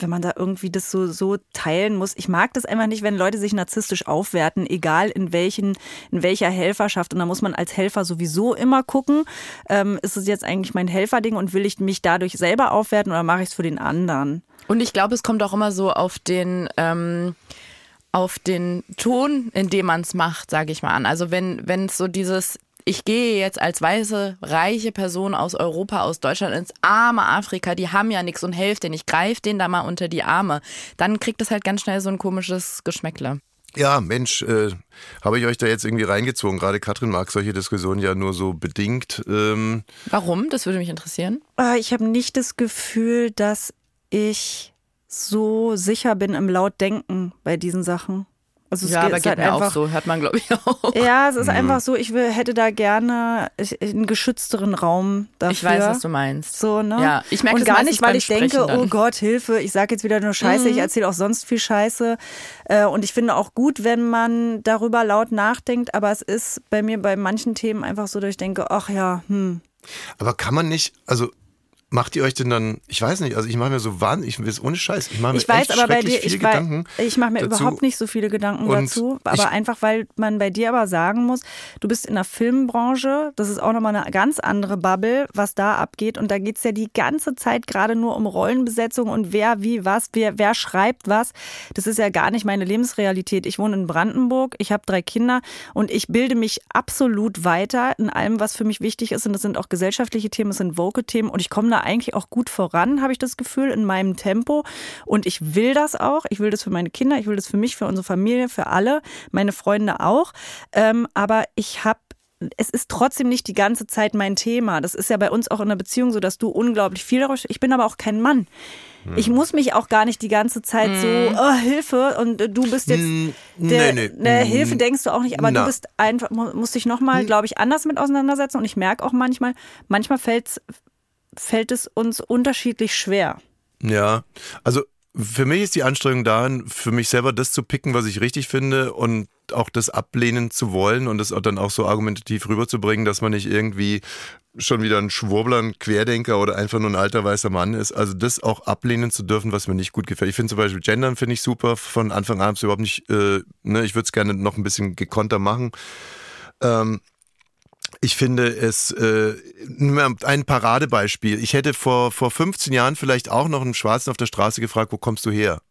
Wenn man da irgendwie das so, so teilen muss. Ich mag das einfach nicht, wenn Leute sich narzisstisch aufwerten, egal in welchen, in welcher Helferschaft. Und da muss man als Helfer sowieso immer gucken, ähm, ist es jetzt eigentlich mein Helferding und will ich mich dadurch selber aufwerten oder mache ich es für den anderen?
Und ich glaube, es kommt auch immer so auf den ähm, auf den Ton, in dem man es macht, sage ich mal an. Also wenn wenn es so dieses ich gehe jetzt als weiße, reiche Person aus Europa, aus Deutschland ins arme Afrika, die haben ja nichts und helft denen, ich greife denen da mal unter die Arme. Dann kriegt es halt ganz schnell so ein komisches Geschmäckle.
Ja, Mensch, äh, habe ich euch da jetzt irgendwie reingezogen? Gerade Katrin mag solche Diskussionen ja nur so bedingt. Ähm,
Warum? Das würde mich interessieren.
Äh, Ich habe nicht das Gefühl, dass ich so sicher bin im Lautdenken bei diesen Sachen. Also es
ja,
geht-
aber
ist
geht
halt
mir auch
einfach,
so. Hört man, glaube ich, auch.
Ja, es ist
Hm.
einfach so, ich will, hätte da gerne einen geschützteren Raum dafür.
Ich weiß, was du meinst.
So, ne?
Ja, ich merke
Und
das
gar
meistens
nicht, weil
beim
ich denke,
Sprechen dann. Mhm.
oh Gott, Hilfe, ich sage jetzt wieder nur Scheiße, ich erzähle auch sonst viel Scheiße. Äh, Und ich finde auch gut, wenn man darüber laut nachdenkt, aber es ist bei mir bei manchen Themen einfach so, dass ich denke, ach ja, hm.
aber kann man nicht, also macht ihr euch denn dann, ich weiß nicht, also ich mache mir so wahnsinnig, ich will es ohne Scheiß, ich mache mir
Ich weiß
echt
aber bei
schrecklich
dir,
viele
ich, wei-
Gedanken.
ich mache mir
dazu.
überhaupt nicht so viele Gedanken
Und
dazu,
ich-
aber einfach, weil man bei dir aber sagen muss, du bist in der Filmbranche, das ist auch nochmal eine ganz andere Bubble, was da abgeht und da geht es ja die ganze Zeit gerade nur um Rollenbesetzung und wer wie was, wer, wer schreibt was, das ist ja gar nicht meine Lebensrealität. Ich wohne in Brandenburg, ich habe drei Kinder und ich bilde mich absolut weiter in allem, was für mich wichtig ist und das sind auch gesellschaftliche Themen, es sind Vocal-Themen und ich komme da eigentlich auch gut voran, habe ich das Gefühl, in meinem Tempo und ich will das auch, ich will das für meine Kinder, ich will das für mich, für unsere Familie, für alle, meine Freunde auch, ähm, aber ich habe es ist trotzdem nicht die ganze Zeit mein Thema. Das ist ja bei uns auch in der Beziehung so, dass du unglaublich viel darüber. Ich bin aber auch kein Mann. Ich muss mich auch gar nicht die ganze Zeit so oh, Hilfe und äh, du bist jetzt
Hm,
der,
nee, nee.
ne,
Hm.
Hilfe denkst du auch nicht, aber
Na. Hm.
du bist einfach mu- musst dich noch mal, glaube ich, anders mit auseinandersetzen und ich merke auch manchmal, manchmal fällt's, fällt es uns unterschiedlich schwer.
Ja, also für mich ist die Anstrengung darin, für mich selber das zu picken, was ich richtig finde und auch das ablehnen zu wollen und das auch dann auch so argumentativ rüberzubringen, dass man nicht irgendwie schon wieder ein Schwurbler, ein Querdenker oder einfach nur ein alter weißer Mann ist. Also das auch ablehnen zu dürfen, was mir nicht gut gefällt. Ich finde zum Beispiel Gendern finde ich super, von Anfang an hab's überhaupt nicht, äh, ne, ich würde es gerne noch ein bisschen gekonter machen. Ich finde es äh, nur ein Paradebeispiel. Ich hätte vor, vor 15 Jahren vielleicht auch noch einen Schwarzen auf der Straße gefragt, wo kommst du her?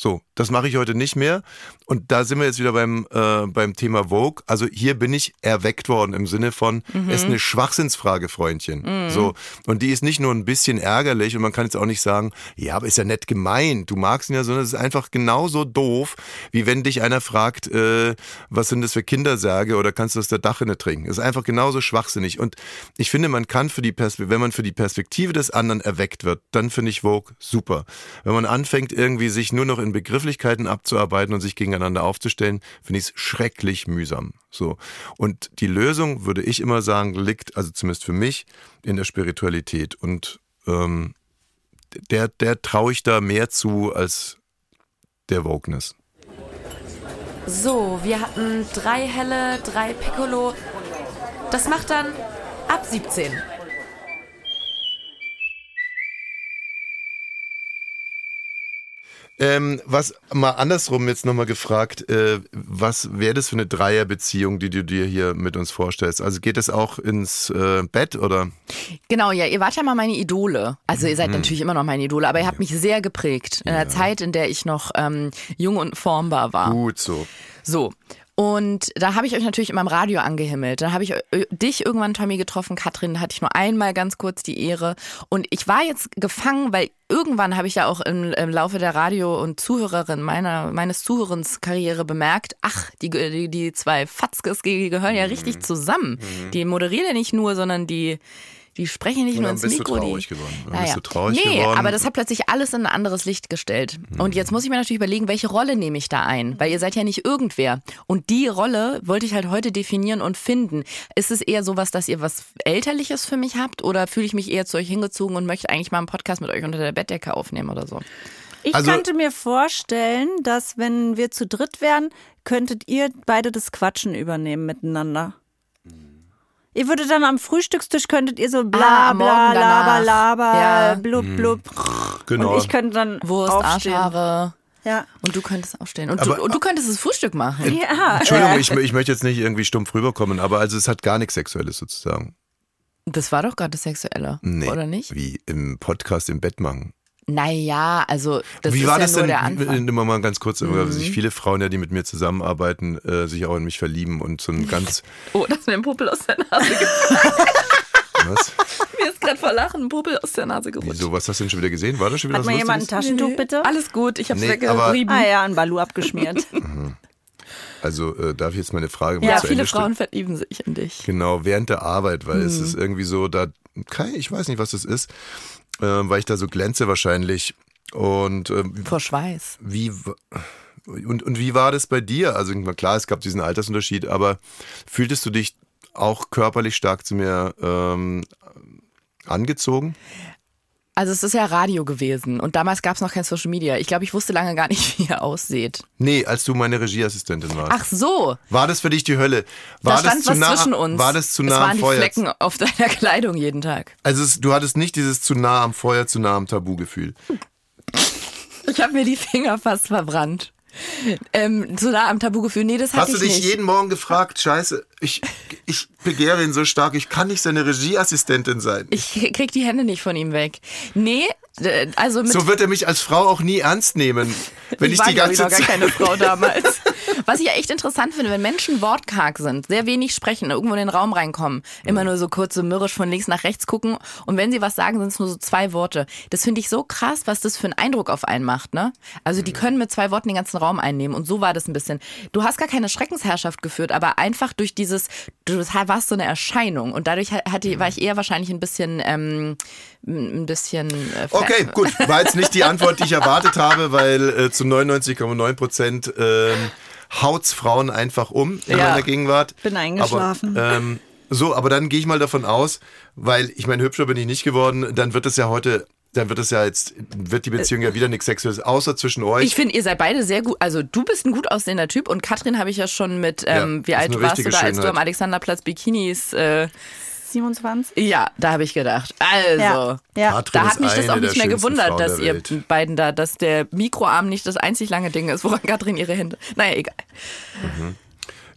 So, das mache ich heute nicht mehr. Und da sind wir jetzt wieder beim, äh, beim Thema Vogue. Also hier bin ich erweckt worden im Sinne von, es ist eine Schwachsinnsfrage, Freundchen. So. Und die ist nicht nur ein bisschen ärgerlich und man kann jetzt auch nicht sagen, ja, aber ist ja nett gemeint, du magst ihn ja, sondern es ist einfach genauso doof, wie wenn dich einer fragt, äh, was sind das für Kindersärge oder kannst du aus der Dachrinne trinken? Ist einfach genauso schwachsinnig. Und ich finde, man kann für die Perspektive, wenn man für die Perspektive des anderen erweckt wird, dann finde ich Vogue super. Wenn man anfängt, irgendwie sich nur noch in Begrifflichkeiten abzuarbeiten und sich gegeneinander aufzustellen, finde ich es schrecklich mühsam. So. Und die Lösung, würde ich immer sagen, liegt, also zumindest für mich, in der Spiritualität. Und ähm, der, der traue ich da mehr zu als der Wokeness.
So, wir hatten drei helle, drei Piccolo. Das macht dann ab 17.
Ähm, was mal andersrum jetzt nochmal gefragt, äh, was wäre das für eine Dreierbeziehung, die du dir hier mit uns vorstellst? Also geht es auch ins äh, Bett oder?
Genau, ja, ihr wart ja mal meine Idole. Also ihr seid natürlich immer noch meine Idole, aber ihr habt mich sehr geprägt. In der Zeit, in der ich noch ähm, jung und formbar war.
Gut so.
So. Und da habe ich euch natürlich immer im Radio angehimmelt. Da habe ich äh, dich irgendwann, Tommy, getroffen. Katrin da hatte ich nur einmal ganz kurz die Ehre. Und ich war jetzt gefangen, weil irgendwann habe ich ja auch im, im Laufe der Radio- und Zuhörerin meiner, meines Zuhörenskarriere bemerkt, ach, die, die, die zwei Fatzkes, die gehören ja
Mhm.
richtig zusammen. Die moderieren ja nicht nur, sondern die, die sprechen nicht
Und
nur
dann
ins
bist du
Mikro.
traurig
die,
geworden. Dann bist du traurig
nee,
geworden. Hm.
aber das hat plötzlich alles in ein anderes Licht gestellt. Und jetzt muss ich mir natürlich überlegen, welche Rolle nehme ich da ein? Weil ihr seid ja nicht irgendwer. Und die Rolle wollte ich halt heute definieren und finden. Ist es eher sowas, dass ihr was Elterliches für mich habt? Oder fühle ich mich eher zu euch hingezogen und möchte eigentlich mal einen Podcast mit euch unter der Bettdecke aufnehmen oder so?
Ich
Also-
könnte mir vorstellen, dass wenn wir zu dritt wären, könntet ihr beide das Quatschen übernehmen miteinander. Ihr würdet dann am Frühstückstisch könntet ihr so bla
Ah, morgen
bla laber
danach.
laber
Ja.
blub blub
Hm, Genau.
und ich könnte dann
Wurst,
aufstehen.
Arschhaare.
Ja.
Und du könntest aufstehen. Und,
Aber- Äh.
du, und du könntest das Frühstück machen.
Ja.
Entschuldigung, ich, mö- ich möchte jetzt nicht irgendwie stumpf rüberkommen, aber also es hat gar nichts Sexuelles sozusagen.
Das war doch gerade das Sexuelle.
Nee.
Oder nicht?
Wie im Podcast im Bett machen.
Naja, also das
Wie
ist
war
ja
das
nur
denn? Äh,
der Anfang. Mhm.
Nimm mal ganz kurz, weil sich viele Frauen, ja, die mit mir zusammenarbeiten, äh, sich auch in mich verlieben und so ein ganz.
Oh, dass mir ein Puppel aus der Nase
was?
Mir ist gerade vor Lachen ein Popel aus der Nase gerutscht.
Wieso? Was hast du denn schon wieder gesehen? War das schon wieder
Hat
was
mal jemand ein
Lustiges?
Taschentuch bitte?
Alles gut, ich hab's
Nee, aber-
weggerieben.
Ah ja, ein Balu abgeschmiert.
Also äh, darf ich jetzt meine Frage mal
Ja,
zu
viele
Ende stellen?
Frauen Hm. verlieben sich in dich.
Genau, während der Arbeit, weil es ist irgendwie so, da, Kai, ich weiß nicht, was das ist, ähm, weil ich da so glänze wahrscheinlich. Und ähm,
Vor Schweiß.
wie w- und, und wie war das bei dir? Also na klar, es gab diesen Altersunterschied, aber fühltest du dich auch körperlich stark zu mir ähm, angezogen?
Also es ist ja Radio gewesen und damals gab es noch kein Social Media. Ich glaube, ich wusste lange gar nicht, wie ihr aussieht.
Nee, als du meine Regieassistentin warst.
Ach so,
War das für dich die Hölle? War
da stand
das zu
was
nah,
zwischen uns.
War das zu nah
es waren
am
die
Feuer?
Flecken auf deiner Kleidung jeden Tag.
Also es, du hattest nicht dieses zu nah am Feuer, zu nah am Tabu-Gefühl.
Ich habe mir die Finger fast verbrannt. Ähm, zu nah am Tabugefühl. Nee, das
Hast
hatte
du
ich
dich
nicht.
jeden Morgen gefragt, scheiße, ich, ich begehre ihn so stark, ich kann nicht seine Regieassistentin sein.
ich krieg die Hände nicht von ihm weg. Nee, d- also mit
so wird er mich als Frau auch nie ernst nehmen, wenn ich,
war,
die
glaub ich,
ganze
noch gar
Zeit...
keine Frau damals. Was ich ja echt interessant finde, wenn Menschen wortkarg sind, sehr wenig sprechen, irgendwo in den Raum reinkommen, immer nur so kurz so mürrisch von links nach rechts gucken und wenn sie was sagen, sind es nur so zwei Worte. Das finde ich so krass, was das für einen Eindruck auf einen macht, ne? Also die können mit zwei Worten den ganzen Raum einnehmen und so war das ein bisschen. Du hast gar keine Schreckensherrschaft geführt, aber einfach durch dieses, du warst so eine Erscheinung und dadurch ha- hatte, war ich eher wahrscheinlich ein bisschen, ähm, ein bisschen. Äh, ver-
Okay, gut, war jetzt nicht die Antwort, die ich erwartet habe, weil äh, zu 99,9 Prozent ähm, haut's Frauen einfach um in
Ja.
meiner Gegenwart.
Bin eingeschlafen.
Aber, ähm, so, aber dann gehe ich mal davon aus, weil ich meine, hübscher bin ich nicht geworden, dann wird es ja heute... Dann wird es ja jetzt, wird die Beziehung ja wieder nichts Sexuelles, außer zwischen euch.
Äh, Ich finde, ihr seid beide sehr gut. Also du bist ein gut aussehender Typ und Katrin habe ich ja schon mit, ähm,
Ja,
wie
ist
alt
eine
du warst du da,
richtige
als du
Schönheit.
am Alexanderplatz Bikinis, äh,
27?
ja, da habe ich gedacht. Also.
Ja. ja.
Katrin
Da
ist
hat mich das
eine
auch
der
nicht mehr
schönsten Frauen
gewundert,
der
dass ihr
Welt.
beiden da, dass der Mikroarm nicht das einzig lange Ding ist, woran Katrin ihre Hände. Naja, egal.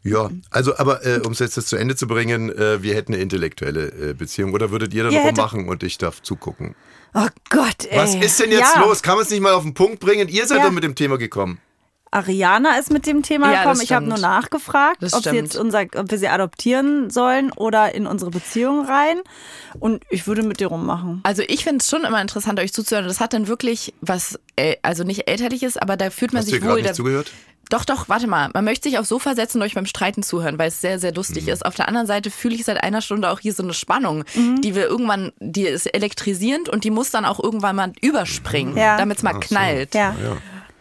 Ja, also aber äh, um es jetzt zu Ende zu bringen, äh, wir hätten eine intellektuelle äh, Beziehung oder würdet ihr dann
Ihr hättet-
rummachen und ich darf zugucken?
Oh Gott, ey.
Was ist denn jetzt
ja.
los? Kann man es nicht mal auf den Punkt bringen? Ihr seid
Ja.
doch mit dem Thema gekommen.
Ariana ist mit dem Thema
Ja, das
gekommen. ich habe
stimmt.
nur nachgefragt,
Das
ob, sie
stimmt.
jetzt unser, ob wir sie adoptieren sollen oder in unsere Beziehung rein. Und ich würde mit dir rummachen.
Also ich finde es schon immer interessant, euch zuzuhören. Das hat dann wirklich was, äh, also nicht elterliches, aber da fühlt man
Hast du ihr
sich
gerade
wohl.
nicht
da-
zugehört? Halt
Doch, doch, warte mal. Man möchte sich aufs Sofa setzen und euch beim Streiten zuhören, weil es sehr, sehr lustig
Mhm.
ist. Auf der anderen Seite fühle ich seit einer Stunde auch hier so eine Spannung,
Mhm.
die wir irgendwann, die ist elektrisierend und die muss dann auch irgendwann mal überspringen,
Ja.
damit es mal knallt.
Ja.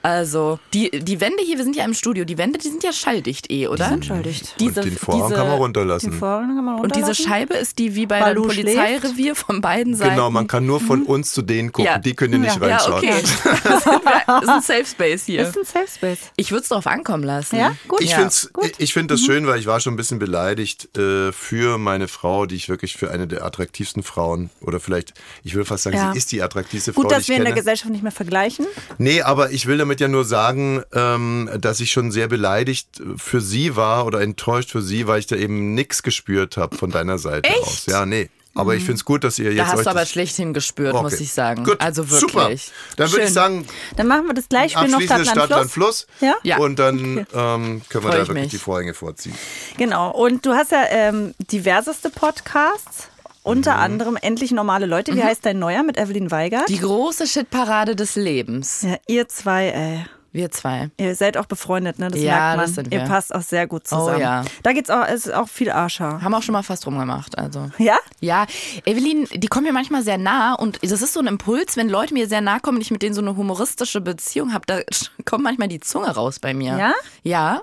Also, die, die Wände hier, wir sind ja im Studio, die Wände, die sind ja schalldicht eh, oder? Die sind
schalldicht.
und den Vorhang kann man
Den
runterlassen.
Vorhang kann man
Und diese
runterlassen.
Scheibe ist die wie bei
Balu
einem Polizeirevier von beiden Seiten.
Genau, man kann nur
Mhm.
von uns zu denen gucken.
Ja.
Die können hier nicht
ja,
reinschauen.
okay. das sind wir- das ist ein Safe Space hier.
Ist ein Safe Space.
Ich würde es drauf ankommen lassen.
Ja? Gut.
Mhm.
Mhm.
Ich
Ja.
find's, ich finde das schön, weil ich war schon ein bisschen beleidigt äh, für meine Frau, die ich wirklich für eine der attraktivsten Frauen oder vielleicht, ich will fast sagen,
Ja.
sie ist die attraktivste Frau,
Gut,
die
dass
ich
wir in
kenne.
der Gesellschaft nicht mehr vergleichen.
Nee, aber ich will damit ja nur sagen, ähm, dass ich schon sehr beleidigt für sie war oder enttäuscht für sie, weil ich da eben nichts gespürt habe von deiner Seite Echt? aus. Ja, nee. Aber ich finde es gut, dass ihr jetzt
Mhm. Da hast
euch
du aber
das-
schlecht hingespürt,
Okay.
muss ich sagen.
Gut.
Also
Super.
wirklich.
Dann würde ich
Schön.
sagen,
Dann machen wir das gleich. Wir noch
abschließende Stadt, Land,
Stadtland Fluss.
Fluss.
Ja?
Ja.
Und dann ähm, können wir da
Freu ich
wirklich
mich.
die Vorhänge vorziehen.
Genau. Und du hast ja ähm, diverseste Podcasts. Unter anderem Endlich normale Leute. Wie heißt dein neuer mit Evelyn Weigert?
Mhm. Die große Shitparade des Lebens.
ja, ihr zwei, ey.
Wir zwei.
Ihr seid auch befreundet, ne? Das
Ja,
merkt man.
das sind
Ihr
wir. Oh
passt auch sehr gut zusammen.
ja.
Da geht's auch, es ist auch viel Arscher.
Haben auch schon mal fast rumgemacht, also.
Ja?
Ja, Evelyn, die kommen mir manchmal sehr nah und das ist so ein Impuls, wenn Leute mir sehr nahe kommen und ich mit denen so eine humoristische Beziehung habe, da kommt manchmal die Zunge raus bei mir.
Ja?
Ja,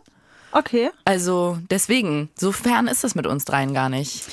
Okay.
also deswegen, so fern ist es mit uns dreien gar nicht.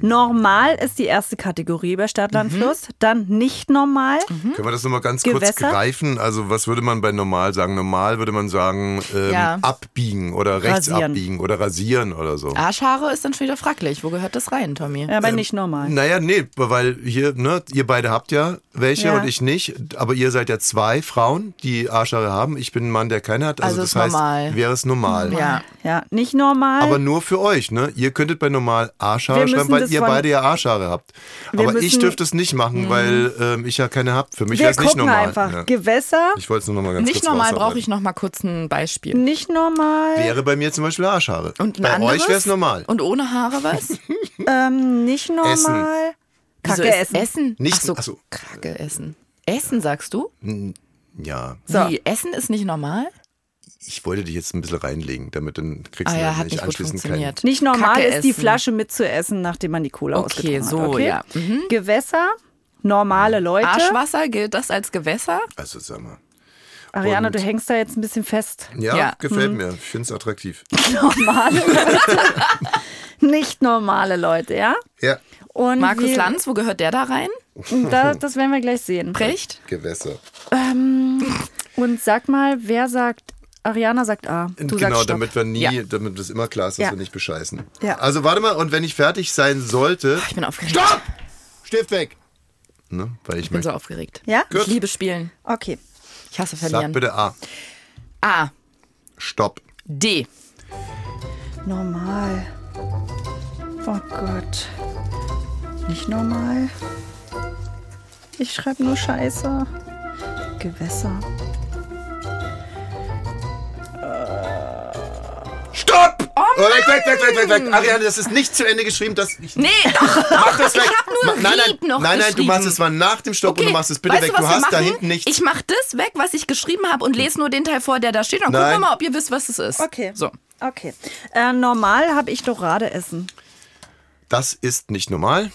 Normal ist die erste Kategorie bei Stadtland
Mhm.
Fluss. Dann nicht normal.
Können wir das nochmal ganz kurz
Gewässer?
greifen? Also, was würde man bei normal sagen? Normal würde man sagen, ähm,
Ja.
abbiegen oder rechts
Rasieren.
abbiegen oder rasieren oder so.
Arschhaare ist dann schon wieder fraglich. Wo gehört das rein, Tommy?
Ja, aber Äh, nicht normal.
ne.
Naja, nee, weil hier, ne, ihr beide habt ja welche
Ja.
und ich nicht. Aber ihr seid ja zwei Frauen, die Arschhaare haben. Ich bin ein Mann, der keine hat. Also,
Also
das
ist
heißt,
normal.
wäre es normal.
Ja.
Ja, nicht normal.
Aber nur für euch, ne? Ihr könntet bei normal
Wir
Arschhaare
müssen
schreiben, weil
das
ihr
von-
beide ja Arschhaare habt.
Wir
Aber ich
müssen-
dürfte es nicht
Mhm.
machen, weil ähm, ich ja keine hab. Für mich wäre
Wir
es nicht
gucken
normal.
einfach.
ne.
Ja.
Gewässer,
Ich wollte es nur noch mal ganz
Nicht
kurz
normal
rausarbeiten.
brauche ich noch mal kurz ein Beispiel.
nicht normal.
Wäre bei mir zum Beispiel Arschhaare.
Und ein
bei
anderes?
euch wäre es normal.
Und ohne Haare was?
Ähm, nicht normal.
Wieso
Kacke
ist
essen.
Essen.
Nicht-
ach so,
ach so.
Kacke essen. Essen sagst du?
ja.
Wie, Essen ist nicht normal?
ich wollte dich jetzt ein bisschen reinlegen, damit dann kriegst
Ah
du
ja,
dann
hat nicht gut
halt anschließend keinen-
funktioniert.
Nicht normal
Kacke
ist die
essen.
Flasche mitzuessen, nachdem man die Cola
Okay,
ausgetrunken
so,
hat.
ja. Mhm.
Gewässer, normale Leute.
Arschwasser, gilt das als Gewässer?
Also sag mal.
Ariane,
Und-
du hängst da jetzt ein bisschen fest.
Ja,
Ja. mhm.
gefällt mir. Ich finde es attraktiv.
Normale Leute. Nicht normale Leute, ja?
Ja.
Und
Markus
wir-
Lanz, wo gehört der da rein?
Da, das werden wir gleich sehen. Ähm,
Precht?
Gewässer.
Und sag mal, wer sagt, Ariana sagt A. Du sagst
genau,
Stopp.
damit wir nie,
Ja.
damit es immer klar ist, dass
Ja.
wir nicht bescheißen.
Ja.
Also warte mal, und wenn ich fertig sein sollte.
Ich bin aufgeregt.
Stopp! Stift weg! Ne? Weil ich,
Ich bin
möchte.
so aufgeregt.
Ja?
Ich liebe Spielen.
Okay.
Ich hasse
Sag
verlieren.
bitte A.
A.
Stopp.
D.
Normal. Oh Gott. Nicht normal. Ich schreibe nur Scheiße. Gewässer.
Stopp!
Oh
weg, Oh weg, weg, weg, weg, weg. Ariane, das ist nicht zu Ende geschrieben. Das, ich
Nee, doch,
mach das weg.
hab nur
Ma- nein, nein,
Ried noch
nein, nein, du
geschrieben.
machst es zwar nach dem Stopp und du machst es bitte
weißt
weg.
Du, was
Du
wir
hast da
machen?
hinten nichts.
Ich mach das weg, was ich geschrieben habe und lese nur den Teil vor, der da steht. Und gucken wir
Nein.
mal, ob ihr wisst, was es ist.
Okay.
So.
Okay. Äh, normal habe ich Dorade essen.
Das ist nicht normal.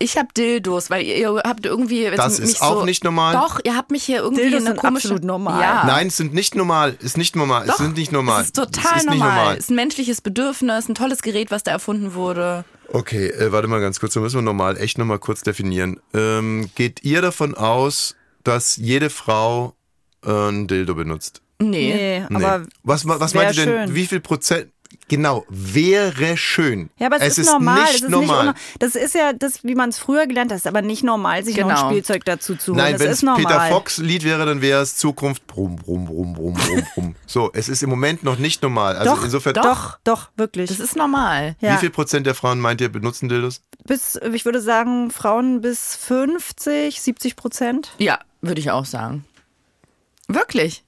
Ich habe Dildos, weil ihr, ihr habt irgendwie. jetzt
Das
mich
ist auch
so,
nicht normal.
Doch, ihr habt mich hier irgendwie
Dildos
in eine
sind
komische.
absolut normal.
Ja.
Nein, es sind nicht normal. Ist nicht normal.
Ah. Doch,
es sind nicht normal.
Es ist total
es ist
normal.
Nicht normal.
Es ist ein menschliches Bedürfnis, ein tolles Gerät, was da erfunden wurde.
Okay, äh, warte mal ganz kurz, da müssen wir normal, echt nochmal kurz definieren. Ähm, geht ihr davon aus, dass jede Frau äh, ein Dildo benutzt?
Nee.
Nee, aber.
was ma- was
wär
meint ihr denn?
schön.
Wie viel Prozent? Genau, wäre schön.
Ja, aber es, ist,
ist
normal.
Nicht
es ist
normal.
Nicht unno- das ist ja das, wie man es früher gelernt hat, ist aber nicht normal, sich noch
Genau.
ein Spielzeug dazu zu holen.
Nein,
das
wenn
ist
es Peter
normal.
Fox Lied wäre, dann wäre es Zukunft. Brumm, brumm, brumm, brumm, brumm, brumm. So, es ist im Moment noch nicht normal. Also
doch,
insofern,
doch, doch, wirklich.
Das ist normal.
wie
ja.
viel Prozent der Frauen meint ihr benutzen Dildos?
bis, ich würde sagen, Frauen bis 50, 70 Prozent.
Ja, würde ich auch sagen. Wirklich.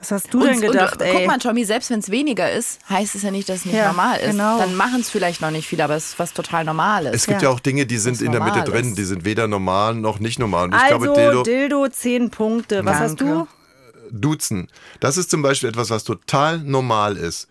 Was hast du denn
Und-
gedacht,
und,
ey?
Guck mal, Tommy, selbst wenn es weniger ist, heißt es ja nicht, dass es nicht
Ja,
normal ist.
genau.
Dann machen es vielleicht noch nicht viele, aber es ist was total Normales.
Es gibt ja,
Ja.
auch Dinge, die sind in der Mitte
normal
drin,
ist.
die sind weder normal noch nicht normal. Und ich
also,
glaube, Dildo,
Dildo, 10 Punkte. Was hast du?
Danke.
duzen. Das ist zum Beispiel etwas, was total normal ist.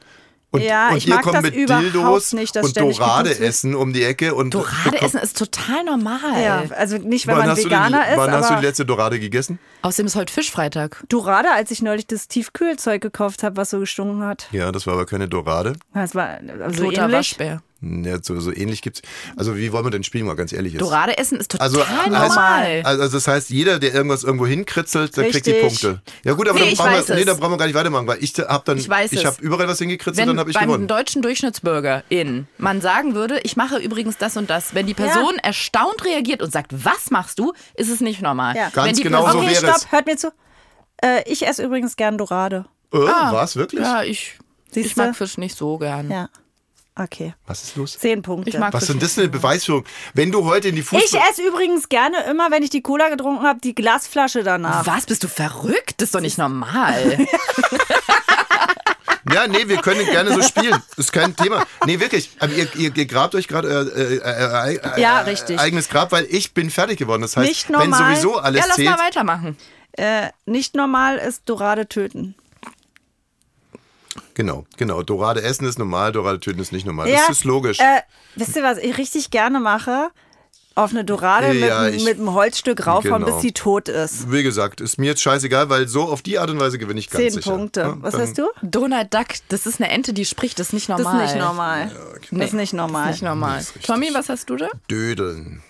Und,
Ja,
und
ich
ihr
mag
kommt
das
mit
überhaupt
Dildos
nicht, dass
und
ständig
Dorade
geduzt wird.
essen um die Ecke und
Dorade essen ist total normal.
Ja, also nicht, wenn
wann
man
hast du
Veganer
die,
ist,
Wann hast du die
aber
letzte Dorade gegessen?
Außerdem ist heute Fischfreitag.
Dorade, als ich neulich das Tiefkühlzeug gekauft habe, was so gestunken hat.
Ja, das war aber keine Dorade. Hm,
Das war so
Toter
ähnlich.
Waschbär.
Ja, so, so ähnlich gibt's. Also wie wollen wir denn spielen, mal ganz ehrlich ist.
Dorade essen ist total
Also, heißt-
normal.
also, also das heißt, jeder, der irgendwas irgendwo hinkritzelt, der kriegt die
Richtig.
Punkte. Ja gut, aber
Nee,
dann,
ich
brauchen
weiß
wir, nee,
es.
dann brauchen wir gar nicht weitermachen, weil ich habe dann,
Ich weiß es.
habe überall was hingekritzelt,
wenn
dann habe ich
beim
gewonnen.
deutschen Durchschnittsbürger in man sagen würde, ich mache übrigens das und das, wenn die Person erstaunt reagiert und sagt, was machst du, ist es nicht normal.
Ja.
Ganz
wenn die
genau so
Person,
okay,
wäre es.
stopp, hört mir zu. Äh, ich esse übrigens gern Dorade.
Oh,
Ah.
war's wirklich?
Ja, ich, ich
Siehste?
mag Fisch nicht so gern.
Ja. Okay.
Was ist los?
10 Punkte.
Ich mag
Was ist
Fisch
denn das für eine Beweisführung? Wenn du heute in die Fußball...
ich esse übrigens gerne immer, wenn ich die Cola getrunken habe, die Glasflasche danach.
Was? Bist du verrückt? Das ist doch nicht normal.
Ja, nee, wir können gerne so spielen. Ist kein Thema. Nee, wirklich. Aber ihr, ihr, ihr grabt euch gerade euer äh, äh, äh, äh,
Ja,
äh,
richtig.
eigenes Grab, weil ich bin fertig geworden. Das heißt,
Nicht
wenn
normal.
sowieso alles
ja, lass
zählt.
mal weitermachen.
Äh, nicht normal ist Dorade töten.
Genau, genau. Dorade essen ist normal, Dorade töten ist nicht normal.
Ja,
Das ist logisch.
Äh, wisst ihr, was ich richtig gerne mache? Auf eine Dorade
Ja,
mit,
ich-
mit einem Holzstück raufhauen,
Genau.
bis sie tot ist.
Wie gesagt, ist mir jetzt scheißegal, weil so auf die Art und Weise gewinne ich ganz
Zehn
sicher.
Punkte.
Ja,
was
dann-
hast du?
Donald Duck, das ist eine Ente, die spricht, das ist nicht
Das ist
normal.
nicht normal. Das ist nicht normal.
Nicht normal.
richtig.
Tommy, was hast du da?
Dödeln.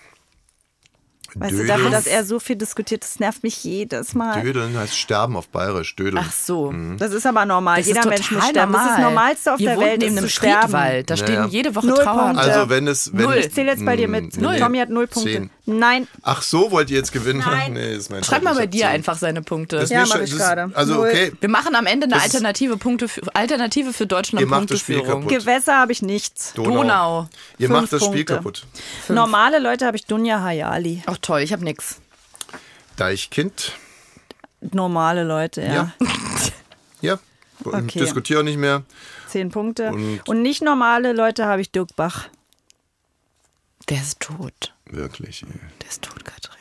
Weißt du,
Dödeln.
dafür, dass er so viel diskutiert, das nervt mich jedes Mal.
Dödeln heißt sterben auf Bayerisch. Dödeln.
Ach so.
Das ist aber normal.
Mhm. Das
Jeder
ist total
Mensch muss sterben.
normal.
Das ist das Normalste auf
Ihr
der
wohnt
Welt,
neben
ist
einem
zu sterben.
Friedwald. Da stehen
Naja.
jede Woche
Null
Trauer.
Punkte.
also wenn es... Wenn Hm,
Null.
Ich zähle jetzt bei dir mit. Tommy hat null Punkte.
Zehn.
Nein.
Ach, so wollt ihr jetzt gewinnen?
Nein.
Nee, ist mein
Schreib mal bei
Ich hab
dir
zehn.
einfach seine Punkte.
Das
Ja,
ist mir
mach
schon-
ich
das
gerade.
Ist, also,
Null.
okay.
Wir machen am Ende eine
Das ist-
alternative, Punkte für, Alternative für Deutschland
Ihr
und
macht das Spiel
Punkteführung.
kaputt.
Gewässer habe ich nichts.
Donau.
Donau.
Ihr
Fünf
macht das Spiel
Punkte.
kaputt.
Normale Leute habe ich Dunja Hayali.
Ach toll, ich hab nix.
Deichkind.
Normale Leute, ja.
Ja. Ja. Und
Okay.
Diskutiere nicht mehr.
Zehn Punkte.
Und-
Und, nicht normale Leute habe ich Dirk Bach.
Der ist tot.
Wirklich. ey.
Der ist tot, Katrin.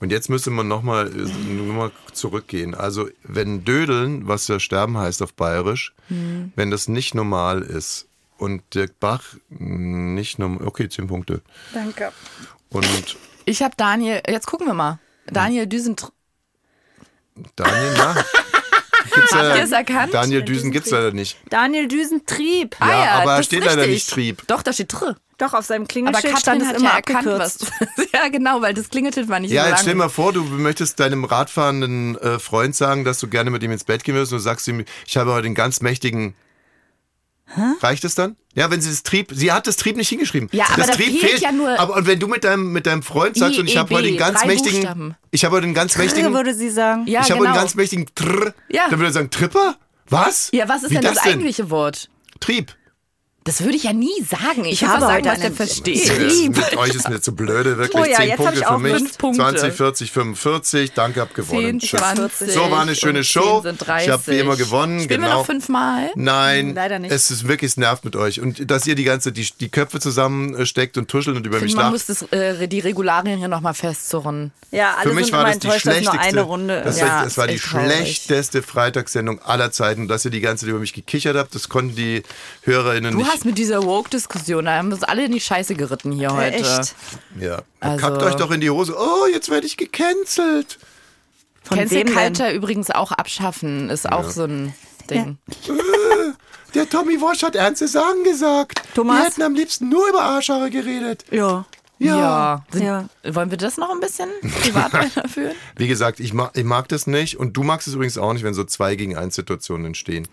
Und jetzt müsste man nochmal noch mal zurückgehen. Also, wenn Dödeln, was ja sterben heißt auf Bayerisch,
Hm.
wenn das nicht normal ist und Dirk Bach hm, nicht normal. Okay, zehn Punkte.
Danke.
Und
Ich habe Daniel, jetzt gucken wir mal. Daniel Düsen.
Daniel, na. Gibt's leider-
ihr es erkannt?
Daniel Düsen gibt's leider nicht.
Daniel Düsentrieb.
Ja, aber
Ah das ist
steht leider
richtig.
nicht Trieb.
Doch, da steht Tr.
Doch, auf seinem
Aber
Klingelschild
Katrin
stand es
hat
immer
ja erkannt,
abgekürzt.
was. ja, genau, weil das Klingelschild war nicht
Ja,
so
jetzt stell
lang.
mal vor, du möchtest deinem radfahrenden äh, Freund sagen, dass du gerne mit ihm ins Bett gehen willst und du sagst ihm, ich habe heute den ganz mächtigen. Reicht es dann? Ja, wenn sie das Trieb, sie hat das Trieb nicht hingeschrieben.
Ja, aber
das
da
Trieb
fehlt ja nur-
Aber und wenn du mit deinem mit deinem Freund sagst und ich habe
IEB,
heute den ganz
drei
mächtigen,
Buchstaben.
ich habe heute den ganz mächtigen,
würde sie sagen.
Ja,
ich habe
genau.
heute den ganz mächtigen Trr,
Ja.
dann würde er sagen Tripper? Was?
ja, was ist
Wie
denn das,
denn?
eigentliche Wort?
Trieb?
Das würde ich ja nie sagen. Ich,
habe
würde sagen,
heute
was der
Ja,
einen-
versteht.
Trieb.
Äh, Mit euch ist mir zu blöde, wirklich.
Oh ja,
Zehn
jetzt hab
Punkte
ich
für
auch
mich.
fünf Punkte.
20, 40, 45. Danke, hab gewonnen.
10,
Tschüss.
20,
So war eine schöne
und
Show.
10 sind
Ich habe wie
30.
immer gewonnen.
Spielen wir
genau.
noch fünfmal?
Nein,
Leider nicht.
es ist wirklich, es nervt mit euch. Und dass ihr die ganze, die, die Köpfe zusammensteckt und tuschelt und über mich
Man
lacht.
muss das, äh, die Regularien hier nochmal festzurren.
Ja, alle
Für mich
sind
war
immer
das die
enttäuscht, dass
schlechteste.
nur eine Runde
Das,
ist.
Ja,
war, das war
ist
die
echt traurig.
schlechteste Freitagssendung aller Zeiten. Und dass ihr die ganze Zeit über mich gekichert habt, das konnten die HörerInnen
Du
nicht.
hast mit dieser Woke-Diskussion, da haben wir uns alle in die Scheiße geritten hier heute.
Echt?
ja.
Also-
Kackt euch doch in die Hose. Oh, jetzt werde ich gecancelt.
Von
Cancel
wem denn?
Culture übrigens auch abschaffen, ist auch so ein Ding.
Der Tommy Walsh hat ernste Sachen gesagt.
Thomas?
Wir hätten am liebsten nur über Arschhaare geredet.
Ja.
Ja. Sind,
Ja.
Wollen wir das noch ein bisschen privat weiterführen?
Wie gesagt, ich mag, ich mag das nicht und du magst es übrigens auch nicht, wenn so zwei gegen eins Situationen entstehen.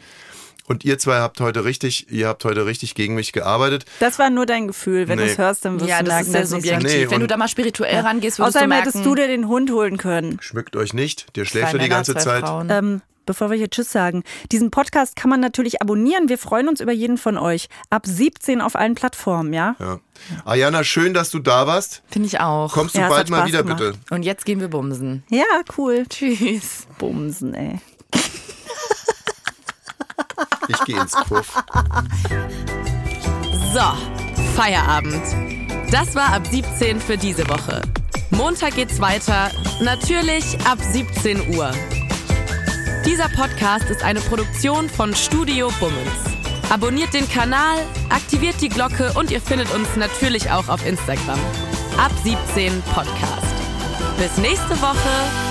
Und ihr zwei habt heute richtig, ihr habt heute richtig gegen mich gearbeitet.
Das war nur dein Gefühl. Wenn
Nee.
du es hörst, dann wirst
Ja,
du
das
merken,
ist sehr
dass es nicht
subjektiv.
Nee,
Wenn du
und-
da mal spirituell rangehst,
so.
würdest
Außerdem
du merken,
hättest du dir den Hund holen können.
Schmückt euch nicht, der
zwei
schläft ja die
Männer,
ganze
zwei
Zeit.
Frauen.
Ähm, bevor wir hier Tschüss sagen, diesen Podcast kann man natürlich abonnieren. Wir freuen uns über jeden von euch. Ab 17 auf allen Plattformen, ja?
Ja. Ayana, schön, dass du da warst.
Finde ich auch.
Kommst du
Ja, es
bald
hat
mal
Spaß
wieder,
gemacht.
bitte.
Und jetzt gehen wir bumsen.
Ja, cool.
Tschüss.
Bumsen, ey.
Ich gehe ins Puff.
So, Feierabend. Das war ab 17 für diese Woche. Montag geht's weiter, natürlich ab 17 Uhr. Dieser Podcast ist eine Produktion von Studio Bummens. Abonniert den Kanal, aktiviert die Glocke und ihr findet uns natürlich auch auf Instagram. Ab 17 Podcast. Bis nächste Woche.